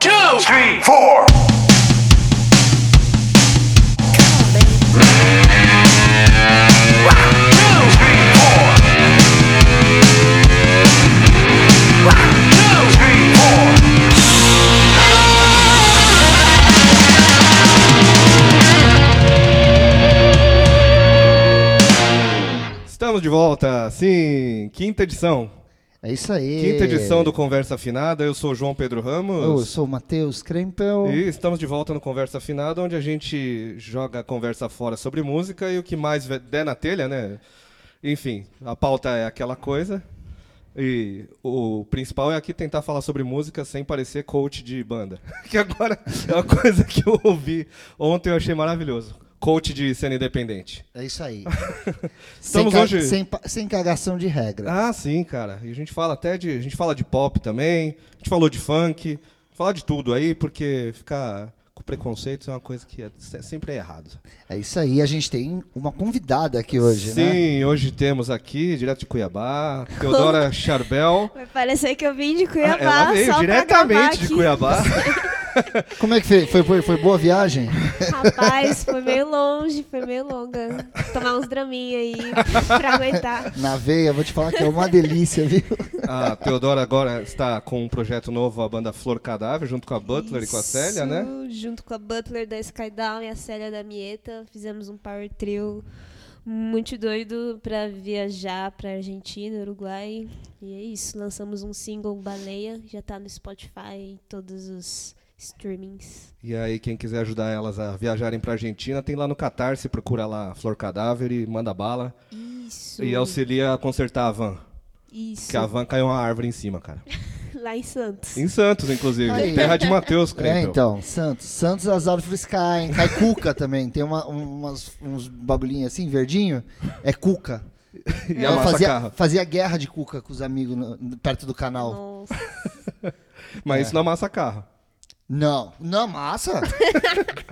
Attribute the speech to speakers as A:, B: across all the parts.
A: go. Three, four.
B: Estamos de volta, sim, quinta edição.
C: É isso aí.
B: Quinta edição do Conversa Afinada, eu sou o João Pedro
C: Eu
B: Ramos.
C: sou o Matheus Krempel.
B: E estamos de volta no Conversa Afinada, onde a gente joga a conversa fora sobre música e o que mais ve- der na telha, né? Enfim, a pauta é aquela coisa. E o principal é aqui tentar falar sobre música sem parecer coach de banda. Que agora é uma coisa que eu ouvi ontem e eu achei maravilhoso. Coach de cena independente.
C: É isso aí.
B: Estamos
C: sem ca-
B: hoje-
C: Sem, pa- sem cagação de regra.
B: Ah, sim, cara. E a gente fala até de. A gente fala de pop também, a gente falou de funk, falar de tudo aí, porque ficar com preconceitos é uma coisa que é, se- sempre é errado.
C: É isso aí. A gente tem uma convidada aqui hoje, né?
B: sim, hoje temos aqui, direto de Cuiabá, Teodora Charbel.
D: Vai parecer que eu vim de
B: Ah,
D: Cuiabá.
B: Ela veio
D: só pra gravar
B: diretamente de
D: aqui.
B: Cuiabá.
C: Como é que foi? Foi, foi, foi boa viagem?
D: Rapaz, foi meio longe, foi meio longa. Tomar uns draminha aí pra aguentar.
C: Na veia, vou te falar que é uma delícia, viu?
B: A Teodora agora está com um projeto novo, a banda Flor Cadáver, junto com a Butler e com a Célia, né?
D: Isso, Junto com a Butler da Skydown e a Célia da Mieta, fizemos um power trio muito doido pra viajar pra Argentina, Uruguai. E é isso, lançamos um single Baleia, já tá no Spotify e todos os streamings.
B: E aí, quem quiser ajudar elas a viajarem pra Argentina, tem lá no Catarse, procura lá Flor Cadáver e manda bala.
D: Isso.
B: E auxilia a consertar a van.
D: Isso.
B: Que a van caiu uma árvore em cima, cara.
D: Lá em Santos.
B: Em Santos, inclusive.
C: Aí.
B: Terra de Mateus, creio.
C: É, então. Santos. Santos, as árvores caem. Cai cuca também. Tem uma- um- umas- uns bagulhinhos assim, verdinho. É cuca.
B: E
C: É, Ela
B: amassa
C: fazia,
B: carro.
C: fazia guerra de cuca com os amigos no- perto do canal.
D: Nossa.
B: Mas
C: É.
B: isso não amassa carro.
C: Não, não massa.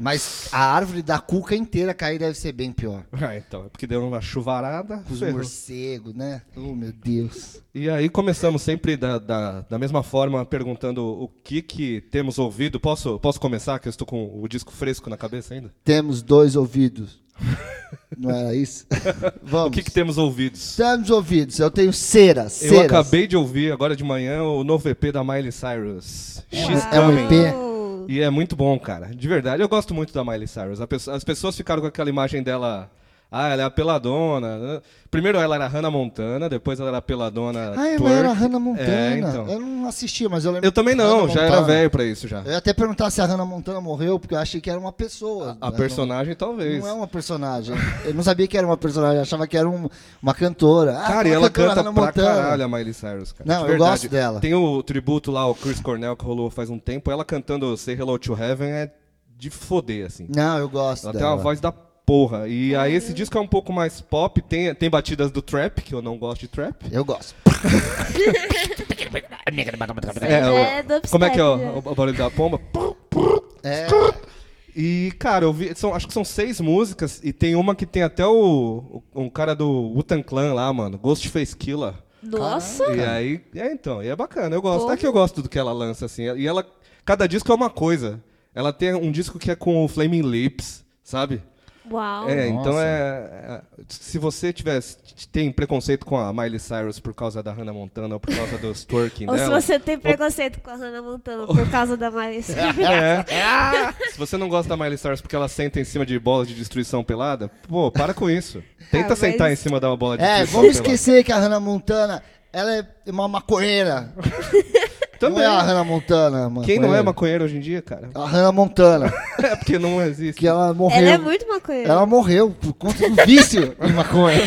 C: Mas a árvore da cuca inteira cair deve ser bem pior.
B: Ah, então. É porque deu uma chuvarada.
C: Com os
B: ferrou.
C: morcegos, né? Oh, meu Deus.
B: E aí começamos sempre da, da, da mesma forma, perguntando o que que temos ouvido. Posso, posso começar, que eu estou com o disco fresco na cabeça ainda?
C: Temos dois ouvidos. Não era isso?
B: O
C: Vamos.
B: que que temos ouvidos?
C: Temos ouvidos. Eu tenho cera,
B: Eu
C: cera.
B: acabei de ouvir agora de manhã o novo EP da Miley Cyrus. She's
C: É um
B: Coming.
C: EP?
D: Uau.
B: E é muito bom, cara. De verdade, eu gosto muito da Miley Cyrus. A pesso- As pessoas ficaram com aquela imagem dela. Ah, ela é a peladona. Primeiro ela era Hannah Montana, depois ela era a peladona.
C: Ah, ela
B: twerk.
C: era a Hannah Montana.
B: É, então.
C: Eu não assistia, mas eu lembro.
B: Eu também
C: Hannah
B: não, já era
C: Montana. É,
B: velho pra isso já.
C: Eu ia até perguntar se a Hannah Montana morreu, porque eu achei que era uma pessoa.
B: A
C: Ela
B: personagem,
C: Não,
B: talvez.
C: não é uma personagem. Eu não sabia que era uma personagem, eu achava que era um- uma cantora. Ah,
B: Cara, e
C: uma
B: ela
C: cantora
B: canta pra
C: Hannah Montana.
B: caralho a Miley Cyrus, cara.
C: Não,
B: De
C: eu
B: verdade.
C: gosto dela.
B: Tem o tributo lá, o Chris Cornell, que rolou faz um tempo. Ela cantando Say Hello to Heaven é de foder, assim.
C: Não, eu gosto
B: Ela tem
C: dela.
B: uma voz da porra. E aí esse disco é um pouco mais pop, tem, tem batidas do trap, que eu não gosto de trap.
C: Eu gosto.
D: É,
B: o-
D: é dubstep,
B: como é que é
D: né?
B: o, o barulho da pomba?
C: É,
B: E, cara, eu vi, são, acho que são seis músicas e tem uma que tem até o, o- um cara do Utan Clan lá, mano, Ghostface Killer.
D: Nossa!
B: E aí, é então, e é bacana, eu gosto.
D: Porra.
B: É que eu gosto do que ela lança, assim. E ela, cada disco é uma coisa. Ela tem um disco que é com o Flaming Lips, sabe?
D: Uau!
B: É, então
C: Nossa.
B: é, é. Se você tivesse, tem preconceito com a Miley Cyrus por causa da Hannah Montana ou por causa dos twerking
D: Ou se
B: dela.
D: você tem preconceito com a Hannah Montana por causa da Miley Cyrus.
B: É. Se você não gosta da Miley Cyrus porque ela senta em cima de bolas de destruição pelada, pô, para com isso. Tenta
D: Ah, mas-
B: sentar em cima da bola de
C: é
B: destruição
C: vamos
B: pelada.
C: esquecer que a Hannah Montana, ela é uma maconheira. Não
B: Também.
C: é a Hannah Montana, mano.
B: Quem não é maconheiro hoje em dia, cara?
C: A Hannah Montana,
B: É porque não existe.
C: que ela morreu.
D: Ela é muito maconheira.
C: Ela um morreu por conta do vício em maconha.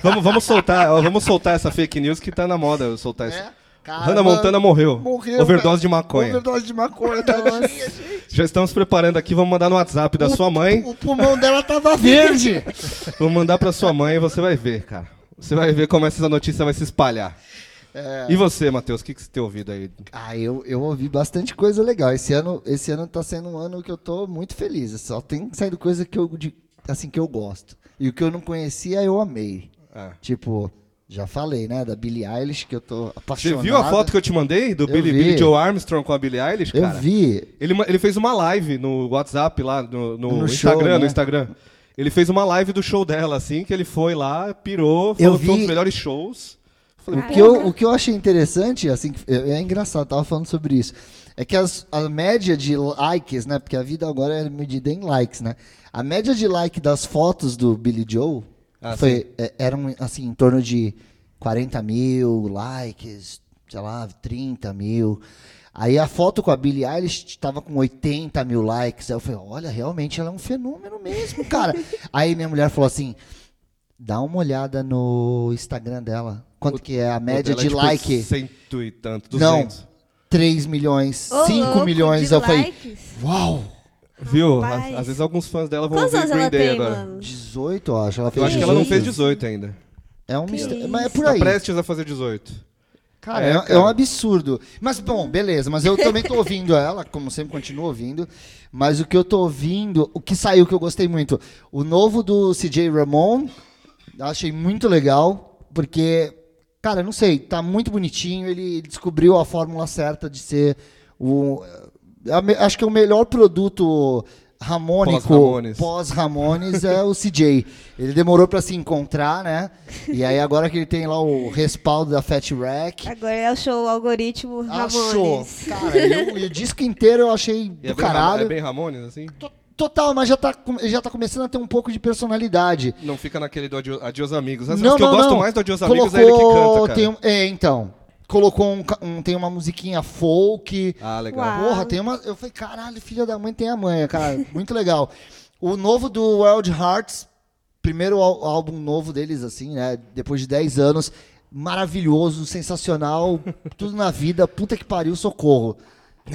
B: Vamos, vamos soltar, ó, vamos soltar essa fake news que tá na moda eu soltar isso.
C: É, cara,
B: Hannah Montana morreu.
C: Morreu.
B: Overdose de
C: cara.
B: maconha.
C: Overdose de maconha. tá tadinha, gente.
B: Já estamos preparando aqui, vamos mandar no WhatsApp da sua mãe.
C: O pulmão dela tava verde.
B: Vou mandar pra sua mãe e você vai ver, cara. Você vai ver como essa notícia vai se espalhar.
C: É.
B: E você, Matheus, o que, que você tem ouvido aí?
C: Ah, eu, eu ouvi bastante coisa legal. Esse ano, esse ano tá sendo um ano que eu tô muito feliz. Só tem saído coisa que eu, de- assim, que eu gosto. E o que eu não conhecia, eu amei.
B: Ah.
C: Tipo, Já falei, né? Da Billie Eilish, que eu tô
B: Você
C: apaixonado.
B: viu a foto que eu te mandei do
C: Eu
B: Billy,
C: vi.
B: Billy Joe Armstrong com a Billie Eilish,
C: eu
B: cara?
C: vi.
B: Ele, ma- ele fez uma live no WhatsApp lá, no, no
C: No show,
B: Instagram, no
C: né?
B: Instagram. Ele fez uma live do show dela, assim, que ele foi lá, pirou, falou
C: Eu
B: que foi um
C: vi-
B: dos melhores shows. Falei,
C: O que, Ah, eu, o que eu achei interessante, assim, que- é é engraçado, tava falando sobre isso. É que as- a média de likes, né? Porque a vida agora é medida em likes, né? A média de like das fotos do Billy Joe
B: Ah,
C: foi, é, eram, assim, em torno de 40 mil likes, sei lá, 30 mil. Aí a foto com a Billie Eilish tava com 80 mil likes. Aí eu falei, olha, realmente ela é um fenômeno mesmo, cara. Aí minha mulher falou assim, dá uma olhada no Instagram dela. Quanto que é a
B: "Pô,
C: média
B: ela é
C: de
B: tipo
C: like?
B: Cento e tanto,
C: Não,
B: 200.
C: 3 milhões,
D: Ô,
C: 5
D: louco,
C: milhões.
D: de
C: Eu falei,
D: likes.
C: uau,
B: Viu?
D: Rapaz.
B: Às, às vezes alguns fãs dela vão
D: Quantos
B: ouvir
D: anos
B: Green
D: ela
B: Day
D: tem,
B: agora.
D: mano?
C: 18, eu acho. Ela fez
B: Eu acho que ela não
C: 18.
B: fez 18 ainda.
C: É um mistério, mas é por
B: Tá
C: aí.
B: prestes a fazer 18.
C: Cara,
B: É,
C: é, é
B: cara.
C: um absurdo. Mas, bom, beleza. Mas eu também tô ouvindo ela, como sempre, continuo ouvindo. Mas o que eu tô ouvindo, o que saiu que eu gostei muito, o novo do CJ Ramon, eu achei muito legal, porque, cara, eu não sei, tá muito bonitinho. Ele descobriu a fórmula certa de ser o. a me- Acho que é o melhor produto ramônico
B: Pós-Ramones.
C: pós-Ramones é o CJ. Ele demorou pra se encontrar, né? E aí agora que ele tem lá o respaldo da Fat Rack,
D: Agora achou o algoritmo
C: achou.
D: Ramones.
C: Cara, eu, e o disco inteiro eu achei
B: E
C: do
B: é bem, Ramo- é
C: caralho.
B: bem Ramones, assim?
C: To- Total, mas já tá, com- ele já tá começando a ter um pouco de personalidade.
B: Não fica naquele do Adio- Adios Amigos. As
C: não,
B: que eu
C: não,
B: gosto
C: não.
B: mais do Adios
C: Colocou,
B: Amigos é ele que canta, cara.
C: Tem um- é, então. Colocou um, ca- um- tem uma musiquinha folk.
B: Ah, legal.
D: Uau.
C: Porra, tem uma. Eu falei, caralho, filha da mãe tem a manha, cara. Muito legal. O novo do Wild Hearts, primeiro ál- álbum novo deles, assim, né? Depois de 10 anos. Maravilhoso, sensacional. Tudo na vida. Puta que pariu, socorro.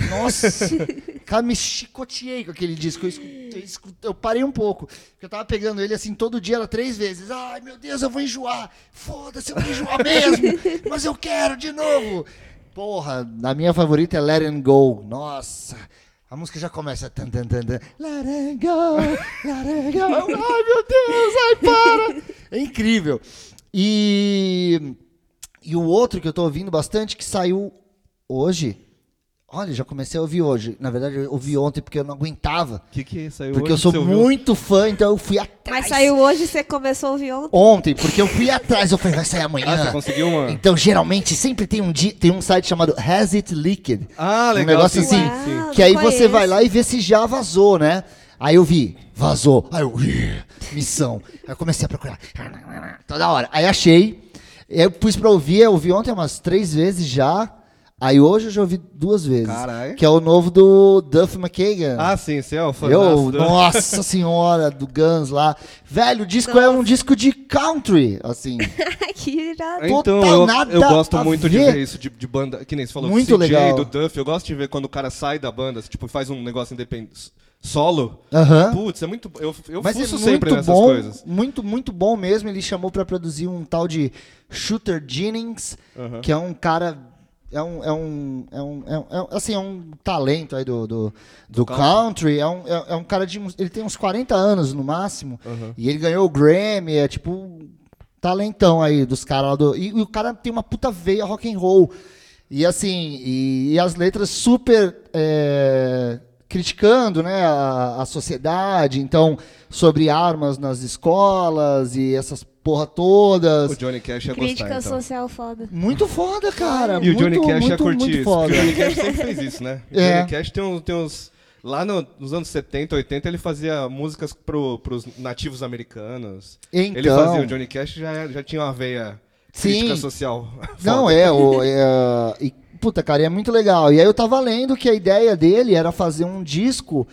C: Nossa, cara, me chicoteei com aquele disco. Eu, escu- eu escu- eu parei um pouco. Porque eu tava pegando ele assim todo dia, era três vezes. Ai, meu Deus, eu vou enjoar. Foda-se, eu vou enjoar mesmo. Mas eu quero de novo. Porra, a minha favorita é Let It Go. Nossa, a música já começa. Tan, tan, tan, tan. Let It Go, Let It Go. Ai, meu Deus, ai, para. É incrível. E, e o outro que eu tô ouvindo bastante, que saiu hoje. Olha, já comecei a ouvir hoje. Na verdade, eu ouvi ontem porque eu não aguentava.
B: O que que saiu
C: Porque
B: hoje
C: eu sou
B: que você ouviu?
C: muito fã, então eu fui atrás.
D: Mas saiu hoje, você começou a ouvir ontem.
C: Ontem, porque eu fui atrás, eu falei, vai sair amanhã.
B: Ah, você conseguiu uma...
C: Então, geralmente, sempre tem um dia, tem um site chamado Has It Leaked.
B: Ah, legal.
C: Um negócio
B: sim,
C: assim,
B: sim, sim.
D: Uau.
C: que aí você
D: conheço.
C: vai lá e vê se já vazou, né? Aí eu vi, vazou. Aí eu, "Ih, missão. Aí eu comecei a procurar. Toda hora. Aí achei. Eu pus pra ouvir, eu ouvi ontem umas três vezes já. Aí hoje eu já ouvi duas vezes.
B: Caralho.
C: Que é o novo do Duff McKagan.
B: Ah, sim, você é o fã
C: Eu,
B: do-
C: nossa senhora, do Guns lá. Velho, o disco é um disco de country, assim.
D: que irado.
B: Então,
C: total,
B: eu,
C: tá nada
B: eu gosto
C: a
B: muito de
C: ver.
B: ver isso, de, de banda, que nem você falou,
C: Muito
B: CJ,
C: legal.
B: do Duff, eu gosto de ver quando o cara sai da banda, tipo, faz um negócio independente, solo.
C: Aham.
B: Putz, é muito, eu, eu
C: Mas é
B: fuço
C: muito
B: sempre nessas
C: bom,
B: coisas.
C: muito, muito bom mesmo. Ele chamou pra produzir um tal de Shooter Jennings,
B: Aham.
C: que é um cara... É um, é um, é um, é um- é um- assim, é um talento aí do, do, do country. É, um, é, é um cara de... uns- Ele tem uns 40 anos no máximo.
B: Aham.
C: E ele ganhou o Grammy. É tipo um talentão aí dos caras lá do... E, e o cara tem uma puta veia rock and roll. E assim, e, e as letras super é, criticando né, a, a sociedade, então, sobre armas nas escolas e essas porra
B: O
C: todas.
B: Johnny Cash ia
D: Crítica
B: gostar, então.
D: social foda.
C: Muito foda, cara.
B: E o
C: É muito,
B: Johnny Cash
C: muito,
B: ia curtir
C: muito
B: isso, porque
C: foda.
B: o Johnny Cash sempre fez isso, né? O
C: É.
B: Johnny Cash tem, um- tem uns... Lá no- nos anos 70, 80, ele fazia músicas pro, pros nativos americanos. Ele
C: Então.
B: fazia, o Johnny Cash já, já tinha uma veia
C: Sim.
B: crítica social.
C: Não,
B: Foda.
C: é, o, é, e, puta, cara, e é muito legal. E aí eu tava lendo que a ideia dele era fazer um disco.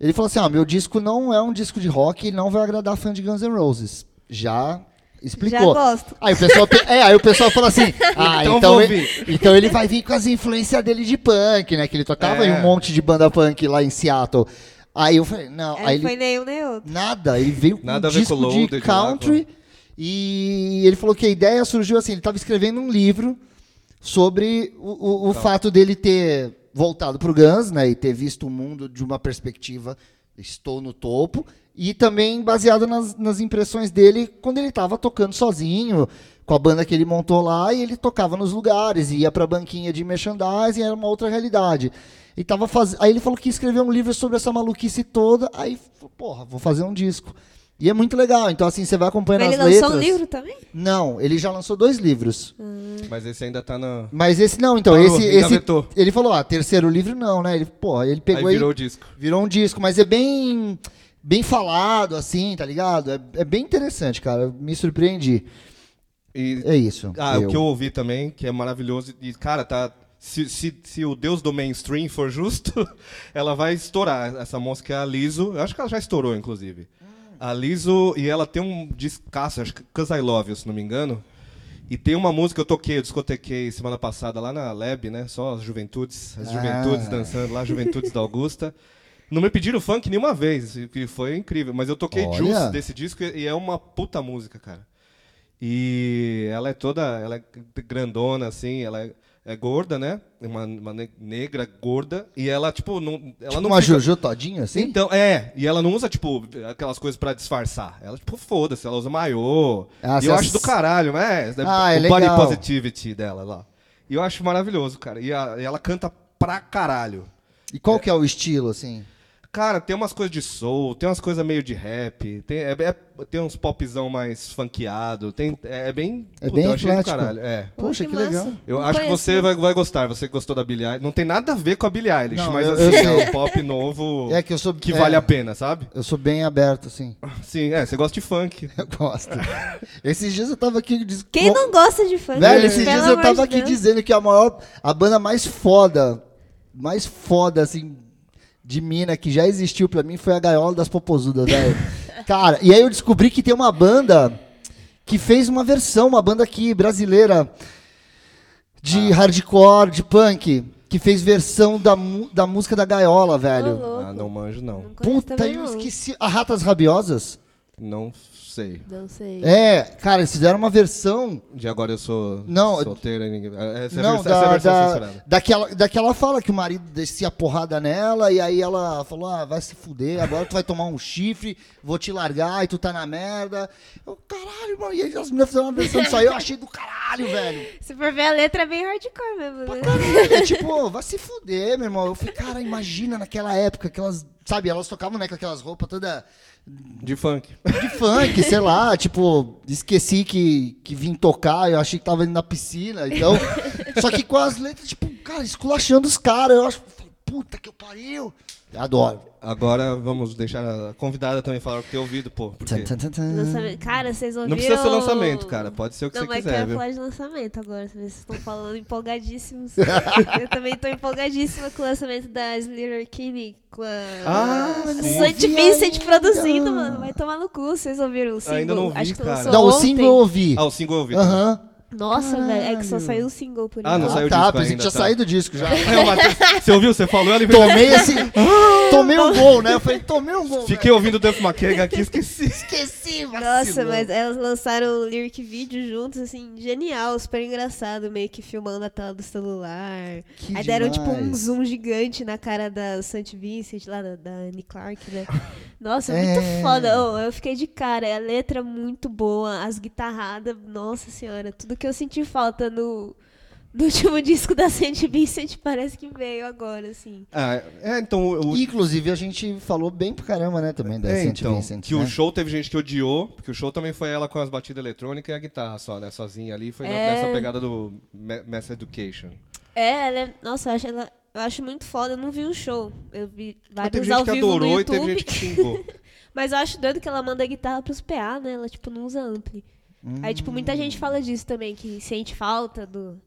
C: Ele falou assim: ó, meu disco não é um disco de rock e não vai agradar fã de Guns N' Roses. Já explicou.
D: Já gosto.
C: Aí o pessoal, pe- é, aí o pessoal fala assim: ah,
B: Então
C: então,
B: vou
C: ele,
B: ouvir.
C: então ele vai vir com as influências dele de punk, né? Que ele tocava
B: É.
C: em um monte de banda punk lá em Seattle. Aí eu falei: não, aí
D: Aí não
C: ele
D: É, foi nenhum nem outro.
C: Nada, ele veio com
B: Nada a
C: um
B: ver
C: disco
B: com o
C: de
B: Loaded lá,
C: country e ele falou que a ideia surgiu assim, ele estava escrevendo um livro sobre o, o- o fato dele ter voltado pro Guns, né, e ter visto o mundo de uma perspectiva Estou no Topo, e também baseado nas, nas impressões dele quando ele estava tocando sozinho, com a banda que ele montou lá, e ele tocava nos lugares, ia para a banquinha de merchandising, era uma outra realidade. E tava faz... Aí ele falou que escreveu um livro sobre essa maluquice toda, aí, falou, porra, vou fazer um disco. E é muito legal, então assim, você vai acompanhando
D: Mas
C: as
D: ele
C: letras.
D: lançou um livro também?
C: Não, ele já lançou dois livros.
B: Mas esse ainda tá na.
C: Mas esse não, então,
B: Parou,
C: esse, esse.
B: engavetou.
C: Ele falou, ah, terceiro livro não, né? Ele, porra, ele pegou
B: Aí
C: e
B: virou o disco.
C: virou um disco, mas é bem bem falado, assim, tá ligado? É, é bem interessante, cara. Me surpreendi.
B: E
C: É isso.
B: Ah, o que eu ouvi também, que é maravilhoso. E, cara, tá. Se, se, se o deus do mainstream for justo, ela vai estourar. Essa música é a Liso. Eu acho que ela já estourou, inclusive. A Liso, e ela tem um descasso, acho que Cause I Love You, se não me engano. E tem uma música que eu toquei, eu discotequei semana passada lá na Lab, né? Só as juventudes, as
C: Ah.
B: juventudes dançando lá, juventudes da Augusta. Não me pediram funk nenhuma vez, e que foi incrível. Mas eu toquei
C: Olha.
B: Juice desse disco e é uma puta música, cara. E ela é toda, ela é grandona assim, ela é, é gorda, né? Uma, uma ne- negra gorda e ela tipo não, ela
C: Tipo
B: não
C: uma
B: fica-
C: Jojo todinha, assim?
B: Então, é, e ela não usa tipo aquelas coisas pra disfarçar. Ela tipo foda-se, ela usa maiô.
C: Ah,
B: e
C: se
B: eu
C: as-
B: acho do caralho, né?
C: Ah, é
B: o body
C: legal.
B: positivity dela lá. E eu acho maravilhoso, cara. E, a- e ela canta pra caralho.
C: E qual que é o estilo, assim?
B: Cara, tem umas coisas de soul, tem umas coisas meio de rap, tem, é- é- tem uns popzão mais funkeado, tem, é, é bem.
C: É bem
B: eu achei do
C: eclético.
B: caralho. É.
D: Pô,
C: Poxa,
D: que
C: que
D: massa.
C: legal.
B: Eu
D: Não
B: acho que
D: conheço,
B: você
D: né?
B: vai, vai gostar, você que gostou da Billie Eilish. Não tem nada a ver com a Billie Eilish,
C: Não,
B: mas
C: eu-
B: assim,
C: eu
B: é um pop novo
C: É que eu sou.
B: que
C: é,
B: vale a pena, sabe?
C: Eu sou bem aberto, assim.
B: Sim, é, você gosta de funk.
C: Eu gosto. Esses dias eu tava aqui. Diz...
D: Quem não gosta de funk?
C: Velho, esses
D: Pelo
C: dias eu
D: amor
C: tava
D: de
C: aqui
D: Deus.
C: dizendo que a maior. A banda mais foda. Mais foda, assim. De mina que já existiu pra mim foi a Gaiola das Popozudas, velho. Cara, e aí eu descobri que tem uma banda que fez uma versão, uma banda aqui brasileira de
D: Ah.
C: hardcore, de punk, que fez versão da, mu- da música da Gaiola,
D: Ô,
C: velho.
D: Tá louco.
B: Ah, não manjo, não.
D: Não conheço
C: Puta,
D: também
C: eu
D: não.
C: esqueci. A Ratas Rabiosas?
B: Não sei.
D: Não sei.
C: É, cara, eles fizeram uma versão
B: De agora eu sou
C: Não,
B: solteira. Ninguém... Essa, é a
C: Não,
B: versão, essa é a
C: da,
B: versão
C: da-
B: censurada.
C: daquela, daquela fala que o marido descia a porrada nela e aí ela falou: Ah, vai se fuder, agora tu vai tomar um chifre, vou te largar e tu tá na merda. Eu, caralho, mano, e aí as meninas fizeram uma versão disso aí, eu achei do caralho, velho.
D: Se for ver a letra, é bem hardcore mesmo, né?
C: Caralho, é tipo, "Ô, vai se fuder, meu irmão. Eu falei, cara, imagina naquela época que elas, sabe, elas tocavam né, com aquelas roupas toda
B: De funk.
C: de funk, sei lá, tipo, esqueci que, que vim tocar, eu achei que tava indo na piscina, então. só que com as letras, tipo, cara, esculachando os caras, eu acho. eu falei, Puta que eu pariu! Adoro.
B: Agora vamos deixar a convidada também falar o que tem ouvido, pô. Porque...
C: Tan, tan, tan, tan.
D: Lançamento- Cara, vocês ouviram...
B: Não precisa ser lançamento, cara. Pode ser o que
D: Não,
B: você
D: mas
B: quiser,
D: quero
B: viu?
D: falar de lançamento agora. Vocês estão falando empolgadíssimos. eu também tô empolgadíssima com o lançamento da Slater Kinney. Com a...
B: Ah, sim.
D: Saint
C: Ouvi
D: Vincent
C: ainda.
D: produzindo, mano. Vai tomar no cu. Vocês ouviram o single?
B: Ainda não ouvi,
D: Acho que
B: cara.
D: lançou
C: Não, o
D: ontem.
C: single eu ouvi.
B: Ah, o single eu ouvi. também.
C: Aham.
D: Nossa, velho. É que só saiu o single por
B: Ah, não
D: enquanto.
B: saiu o
C: tá,
B: disco
C: pensei que
B: ainda,
C: tinha
B: tá.
C: saído o disco já.
B: É, o Matheus, você ouviu? Você falou, eu lembrei.
C: Tomei esse.
B: Ah,
C: Tomei um gol, né? Eu falei, tomei um gol.
B: Fiquei ouvindo o Duff McKagan aqui e esqueci.
C: velho. Esqueci,
D: Nossa,
C: vacilão.
D: mas elas lançaram o lyric vídeo juntos, assim, genial, super engraçado, meio que filmando a tela do celular.
C: Que
D: Aí deram, tipo, um
C: demais.
D: zoom gigante na cara da St. Vincent, lá da, da Anne Clark, né? Nossa,
C: É.
D: muito foda. Ô, eu fiquei de cara. É a letra muito boa, as guitarradas, nossa senhora, tudo que eu senti falta no, no último disco da St. Vincent parece que veio agora, assim.
B: Ah, é, então. O,
C: Inclusive, a gente falou bem pra caramba, né? Também da
B: é,
C: Saint
B: então,
C: Vincent.
B: que
C: né?
B: o show teve gente que odiou, porque o show também foi ela com as batidas eletrônicas e a guitarra só, né? Sozinha ali. Foi
D: É.
B: nessa pegada do Ma- Mass Education.
D: É, ela é, nossa, eu acho, ela, eu acho muito foda. Eu não vi o show. Eu vi
B: Mas
D: vários
B: teve
D: ao
B: gente que
D: vivo no
B: adorou e
D: YouTube.
B: teve gente que xingou.
D: Mas eu acho doido que ela manda a guitarra pros PA, né? Ela, tipo, não usa ampli. Aí, tipo,
C: Hum.
D: muita gente fala disso também, que sente falta do,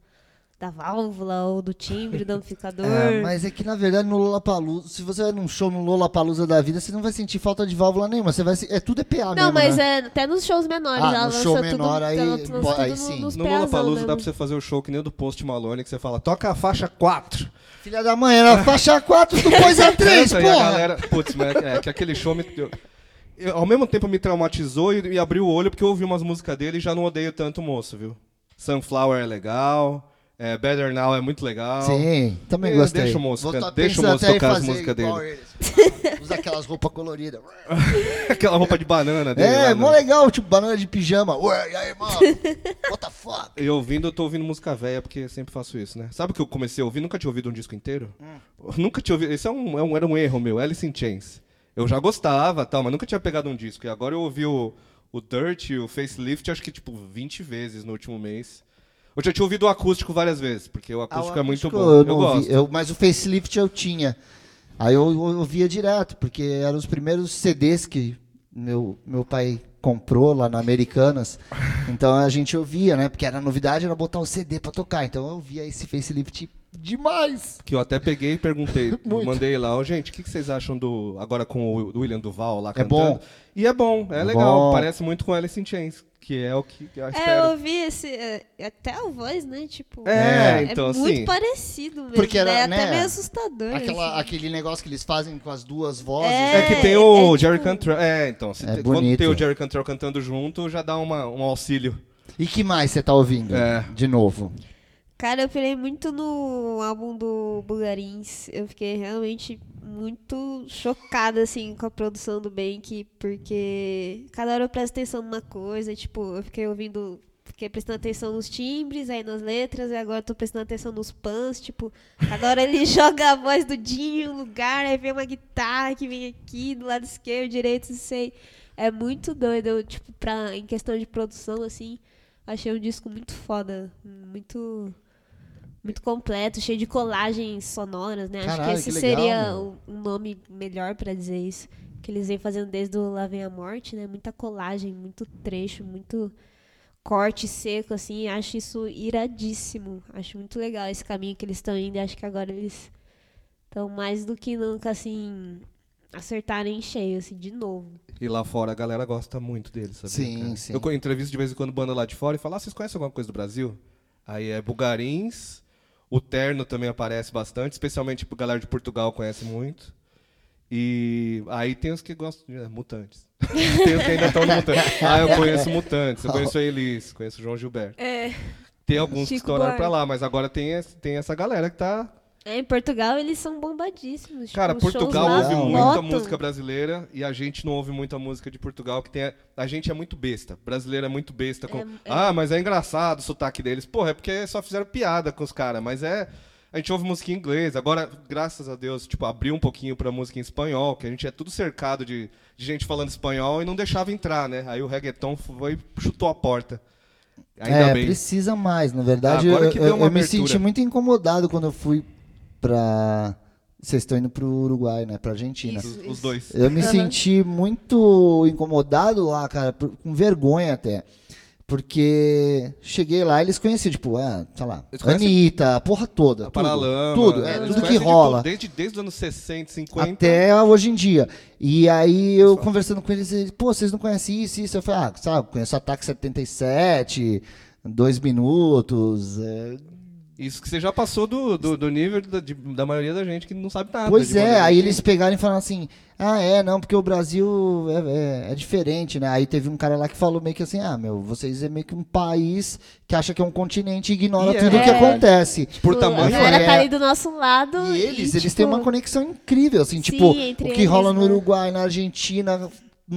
D: da válvula ou do timbre, do amplificador.
C: É, mas é que na verdade no Lollapalooza, se você vai num show no Lollapalooza da vida, você não vai sentir falta de válvula nenhuma, você vai se- é tudo é PA mesmo,
D: Não, mas
C: né?
D: é, até nos shows menores.
C: Ah,
D: ela
C: no
D: lança
C: show
D: tudo,
C: menor, aí-
D: ela lança
C: bo- aí
D: tudo
C: sim.
D: Nos
B: no
D: PAzão
B: Lollapalooza dá
D: mesmo.
B: pra você fazer o show que nem o do Post Malone, que você fala, toca a faixa 4.
D: é-
C: Filha da mãe, era faixa 4, tu pôs a 3,
B: Canta, e a
C: é porra.
B: galera, putz, mas é, que aquele show me, eu- eu- ao mesmo tempo me traumatizou e, e abriu o olho porque eu ouvi umas músicas dele e já não odeio tanto o moço, viu? Sunflower é legal, É, Better Now é muito legal.
C: Sim, também
B: Eu
C: gostei.
B: Deixo o moço,
C: Vou
B: can-
C: tá
B: deixa o
C: pensando
B: moço
C: até em
B: tocar as
C: fazer
B: músicas
C: igual
B: dele.
C: eles. Usa aquelas roupas coloridas.
B: Aquela roupa de banana dele.
C: É,
B: lá,
C: mó
B: né?
C: legal, tipo, banana de pijama. Ué, e aí, mano? What the fuck?
B: E ouvindo, eu tô ouvindo música velha, porque eu sempre faço isso, né? Sabe o que eu comecei a ouvir? Nunca tinha ouvido um disco inteiro?
C: Hum.
B: Nunca tinha ouvido. Isso é um, é um- era um erro meu, Alice in Chains. Eu já gostava, tal, mas nunca tinha pegado um disco. E agora eu ouvi o, o Dirt e o Facelift, acho que, tipo, 20 vezes no último mês. Eu já tinha ouvido o acústico várias vezes, porque o
C: Ah, o
B: acústico é muito
C: acústico
B: bom.
C: Eu
B: Eu,
C: não ouvi,
B: gosto.
C: eu- mas o facelift eu tinha. Aí eu eu ouvia direto, porque eram os primeiros CDs que meu, meu pai comprou lá na Americanas. Então a gente ouvia, né? Porque era novidade, era botar o CD pra tocar. Então eu via esse facelift demais.
B: Que eu até peguei e perguntei,
C: Muito.
B: mandei lá, "Ô, gente, o que, que vocês acham do. Agora com o Will- William Duval lá
C: É
B: cantando?
C: bom.
B: E é bom, é,
C: É
B: legal.
C: bom.
B: Parece muito com Alice in Chains, que é o que eu
D: É,
B: espero.
D: eu ouvi esse. é, Até a voz, né? Tipo.
B: É, então,
D: muito
B: assim-
D: parecido mesmo.
C: Porque era,
D: né?
C: né,
D: Até meio assustador.
C: Aquela,
D: assim.
C: aquele negócio que eles fazem com as duas vozes.
B: É,
D: É,
B: que tem o
D: é
B: Jerry
D: tipo-
B: Cantrell. É, então, se
C: É
B: tem- quando
C: bonito.
B: tem o Jerry Cantrell cantando junto, já dá uma, um auxílio.
C: E que mais você tá ouvindo?
B: É.
C: De novo.
D: Cara, eu pirei muito no álbum do Bulgarins. Eu fiquei realmente muito chocada, assim, com a produção do Bank, porque cada hora eu presto atenção numa coisa, e, tipo, eu fiquei ouvindo. Fiquei prestando atenção nos timbres, aí nas letras, e agora eu tô prestando atenção nos pans, tipo, cada hora ele joga a voz do Dinho em um lugar, aí vem uma guitarra que vem aqui, do lado esquerdo, direito, não sei. É muito doido, eu, tipo, pra, em questão de produção, assim, Achei um disco muito foda, muito muito completo, cheio de colagens sonoras, né?
C: Caralho,
D: Acho que
C: que
D: esse
C: legal,
D: seria
C: meu.
D: um um nome melhor pra dizer isso, que eles vêm fazendo desde o Lá Vem a Morte, né? Muita colagem, muito trecho, muito corte seco assim, acho isso iradíssimo. Acho muito legal esse caminho que eles estão indo, e acho que agora eles estão mais do que nunca assim acertarem em cheio assim de novo.
B: E lá fora a galera gosta muito dele, sabe?
C: Sim,
B: cara?
C: sim.
B: Eu co- entrevisto de vez em quando banda lá de fora e falo, ah, vocês conhecem alguma coisa do Brasil? Aí é Bugarins, o Terno também aparece bastante, especialmente a galera de Portugal conhece muito. E aí tem os que gostam de é, Mutantes. tem os que ainda estão no Mutantes. Ah, eu conheço Mutantes, eu conheço a Elis, conheço o João Gilberto.
D: É.
B: Tem alguns que
D: Chico
B: estouraram
D: Buarque.
B: pra lá, mas agora tem, esse- tem essa galera que tá
D: É, em Portugal eles são bombadíssimos.
B: Cara,
D: tipo, os
B: Portugal
D: shows lá
B: ouve muita
C: lotam.
B: música brasileira e a gente não ouve muita música de Portugal, que tem a, a gente é muito besta. Brasileiro é muito besta com,
D: É, é.
B: ah, mas é engraçado o sotaque deles. Porra, é porque só fizeram piada com os caras, mas é a gente ouve música em inglês. Agora, graças a Deus, tipo, abriu um pouquinho pra música em espanhol, que a gente é tudo cercado de, de gente falando espanhol e não deixava entrar, né? Aí o reggaeton foi e chutou a porta. Ainda
C: é,
B: bem. Ah,
C: precisa mais, na verdade.
B: Agora
C: eu
B: que deu
C: eu-
B: uma
C: eu me
B: abertura.
C: senti muito incomodado quando eu fui pra. Vocês estão indo pro Uruguai, né? Pra Argentina.
D: Isso,
B: Os, os
D: isso.
B: dois.
C: Eu me senti muito incomodado lá, cara, por- com vergonha até. Porque cheguei lá, eles conheciam, tipo, ah, sei lá,
B: Eles conhecem-
C: Anitta, a porra toda.
B: A
C: tudo,
B: Tá Paralama.
C: tudo, é,
B: eles
C: tudo que
B: conhecem de
C: rola.
B: tudo, desde, desde os anos 60, 50.
C: Até hoje em dia. E aí eu conversando com eles, eles, pô, vocês não conhecem isso, isso. Eu falei, ah, sabe, conheço Ataque 77, dois minutos. é,
B: Isso que você já passou do, do, do nível da, de- da maioria da gente que não sabe nada.
C: Pois
B: de
C: é,
B: bandeira.
C: aí eles pegaram e falaram assim, ah, é, não, porque o Brasil é, é- é diferente, né? Aí teve um cara lá que falou meio que assim, ah, meu, vocês é meio que um país que acha que é um continente e ignora
B: E é,
C: tudo o que
B: é.
C: acontece.
B: Por
D: A
B: tamanho.
D: galera
C: É.
D: tá ali do nosso lado.
C: E eles,
D: e,
C: eles
D: tipo,
C: têm uma conexão incrível, assim,
D: Sim,
C: tipo, o que
D: entre eles,
C: rola no
D: né?
C: Uruguai, na Argentina,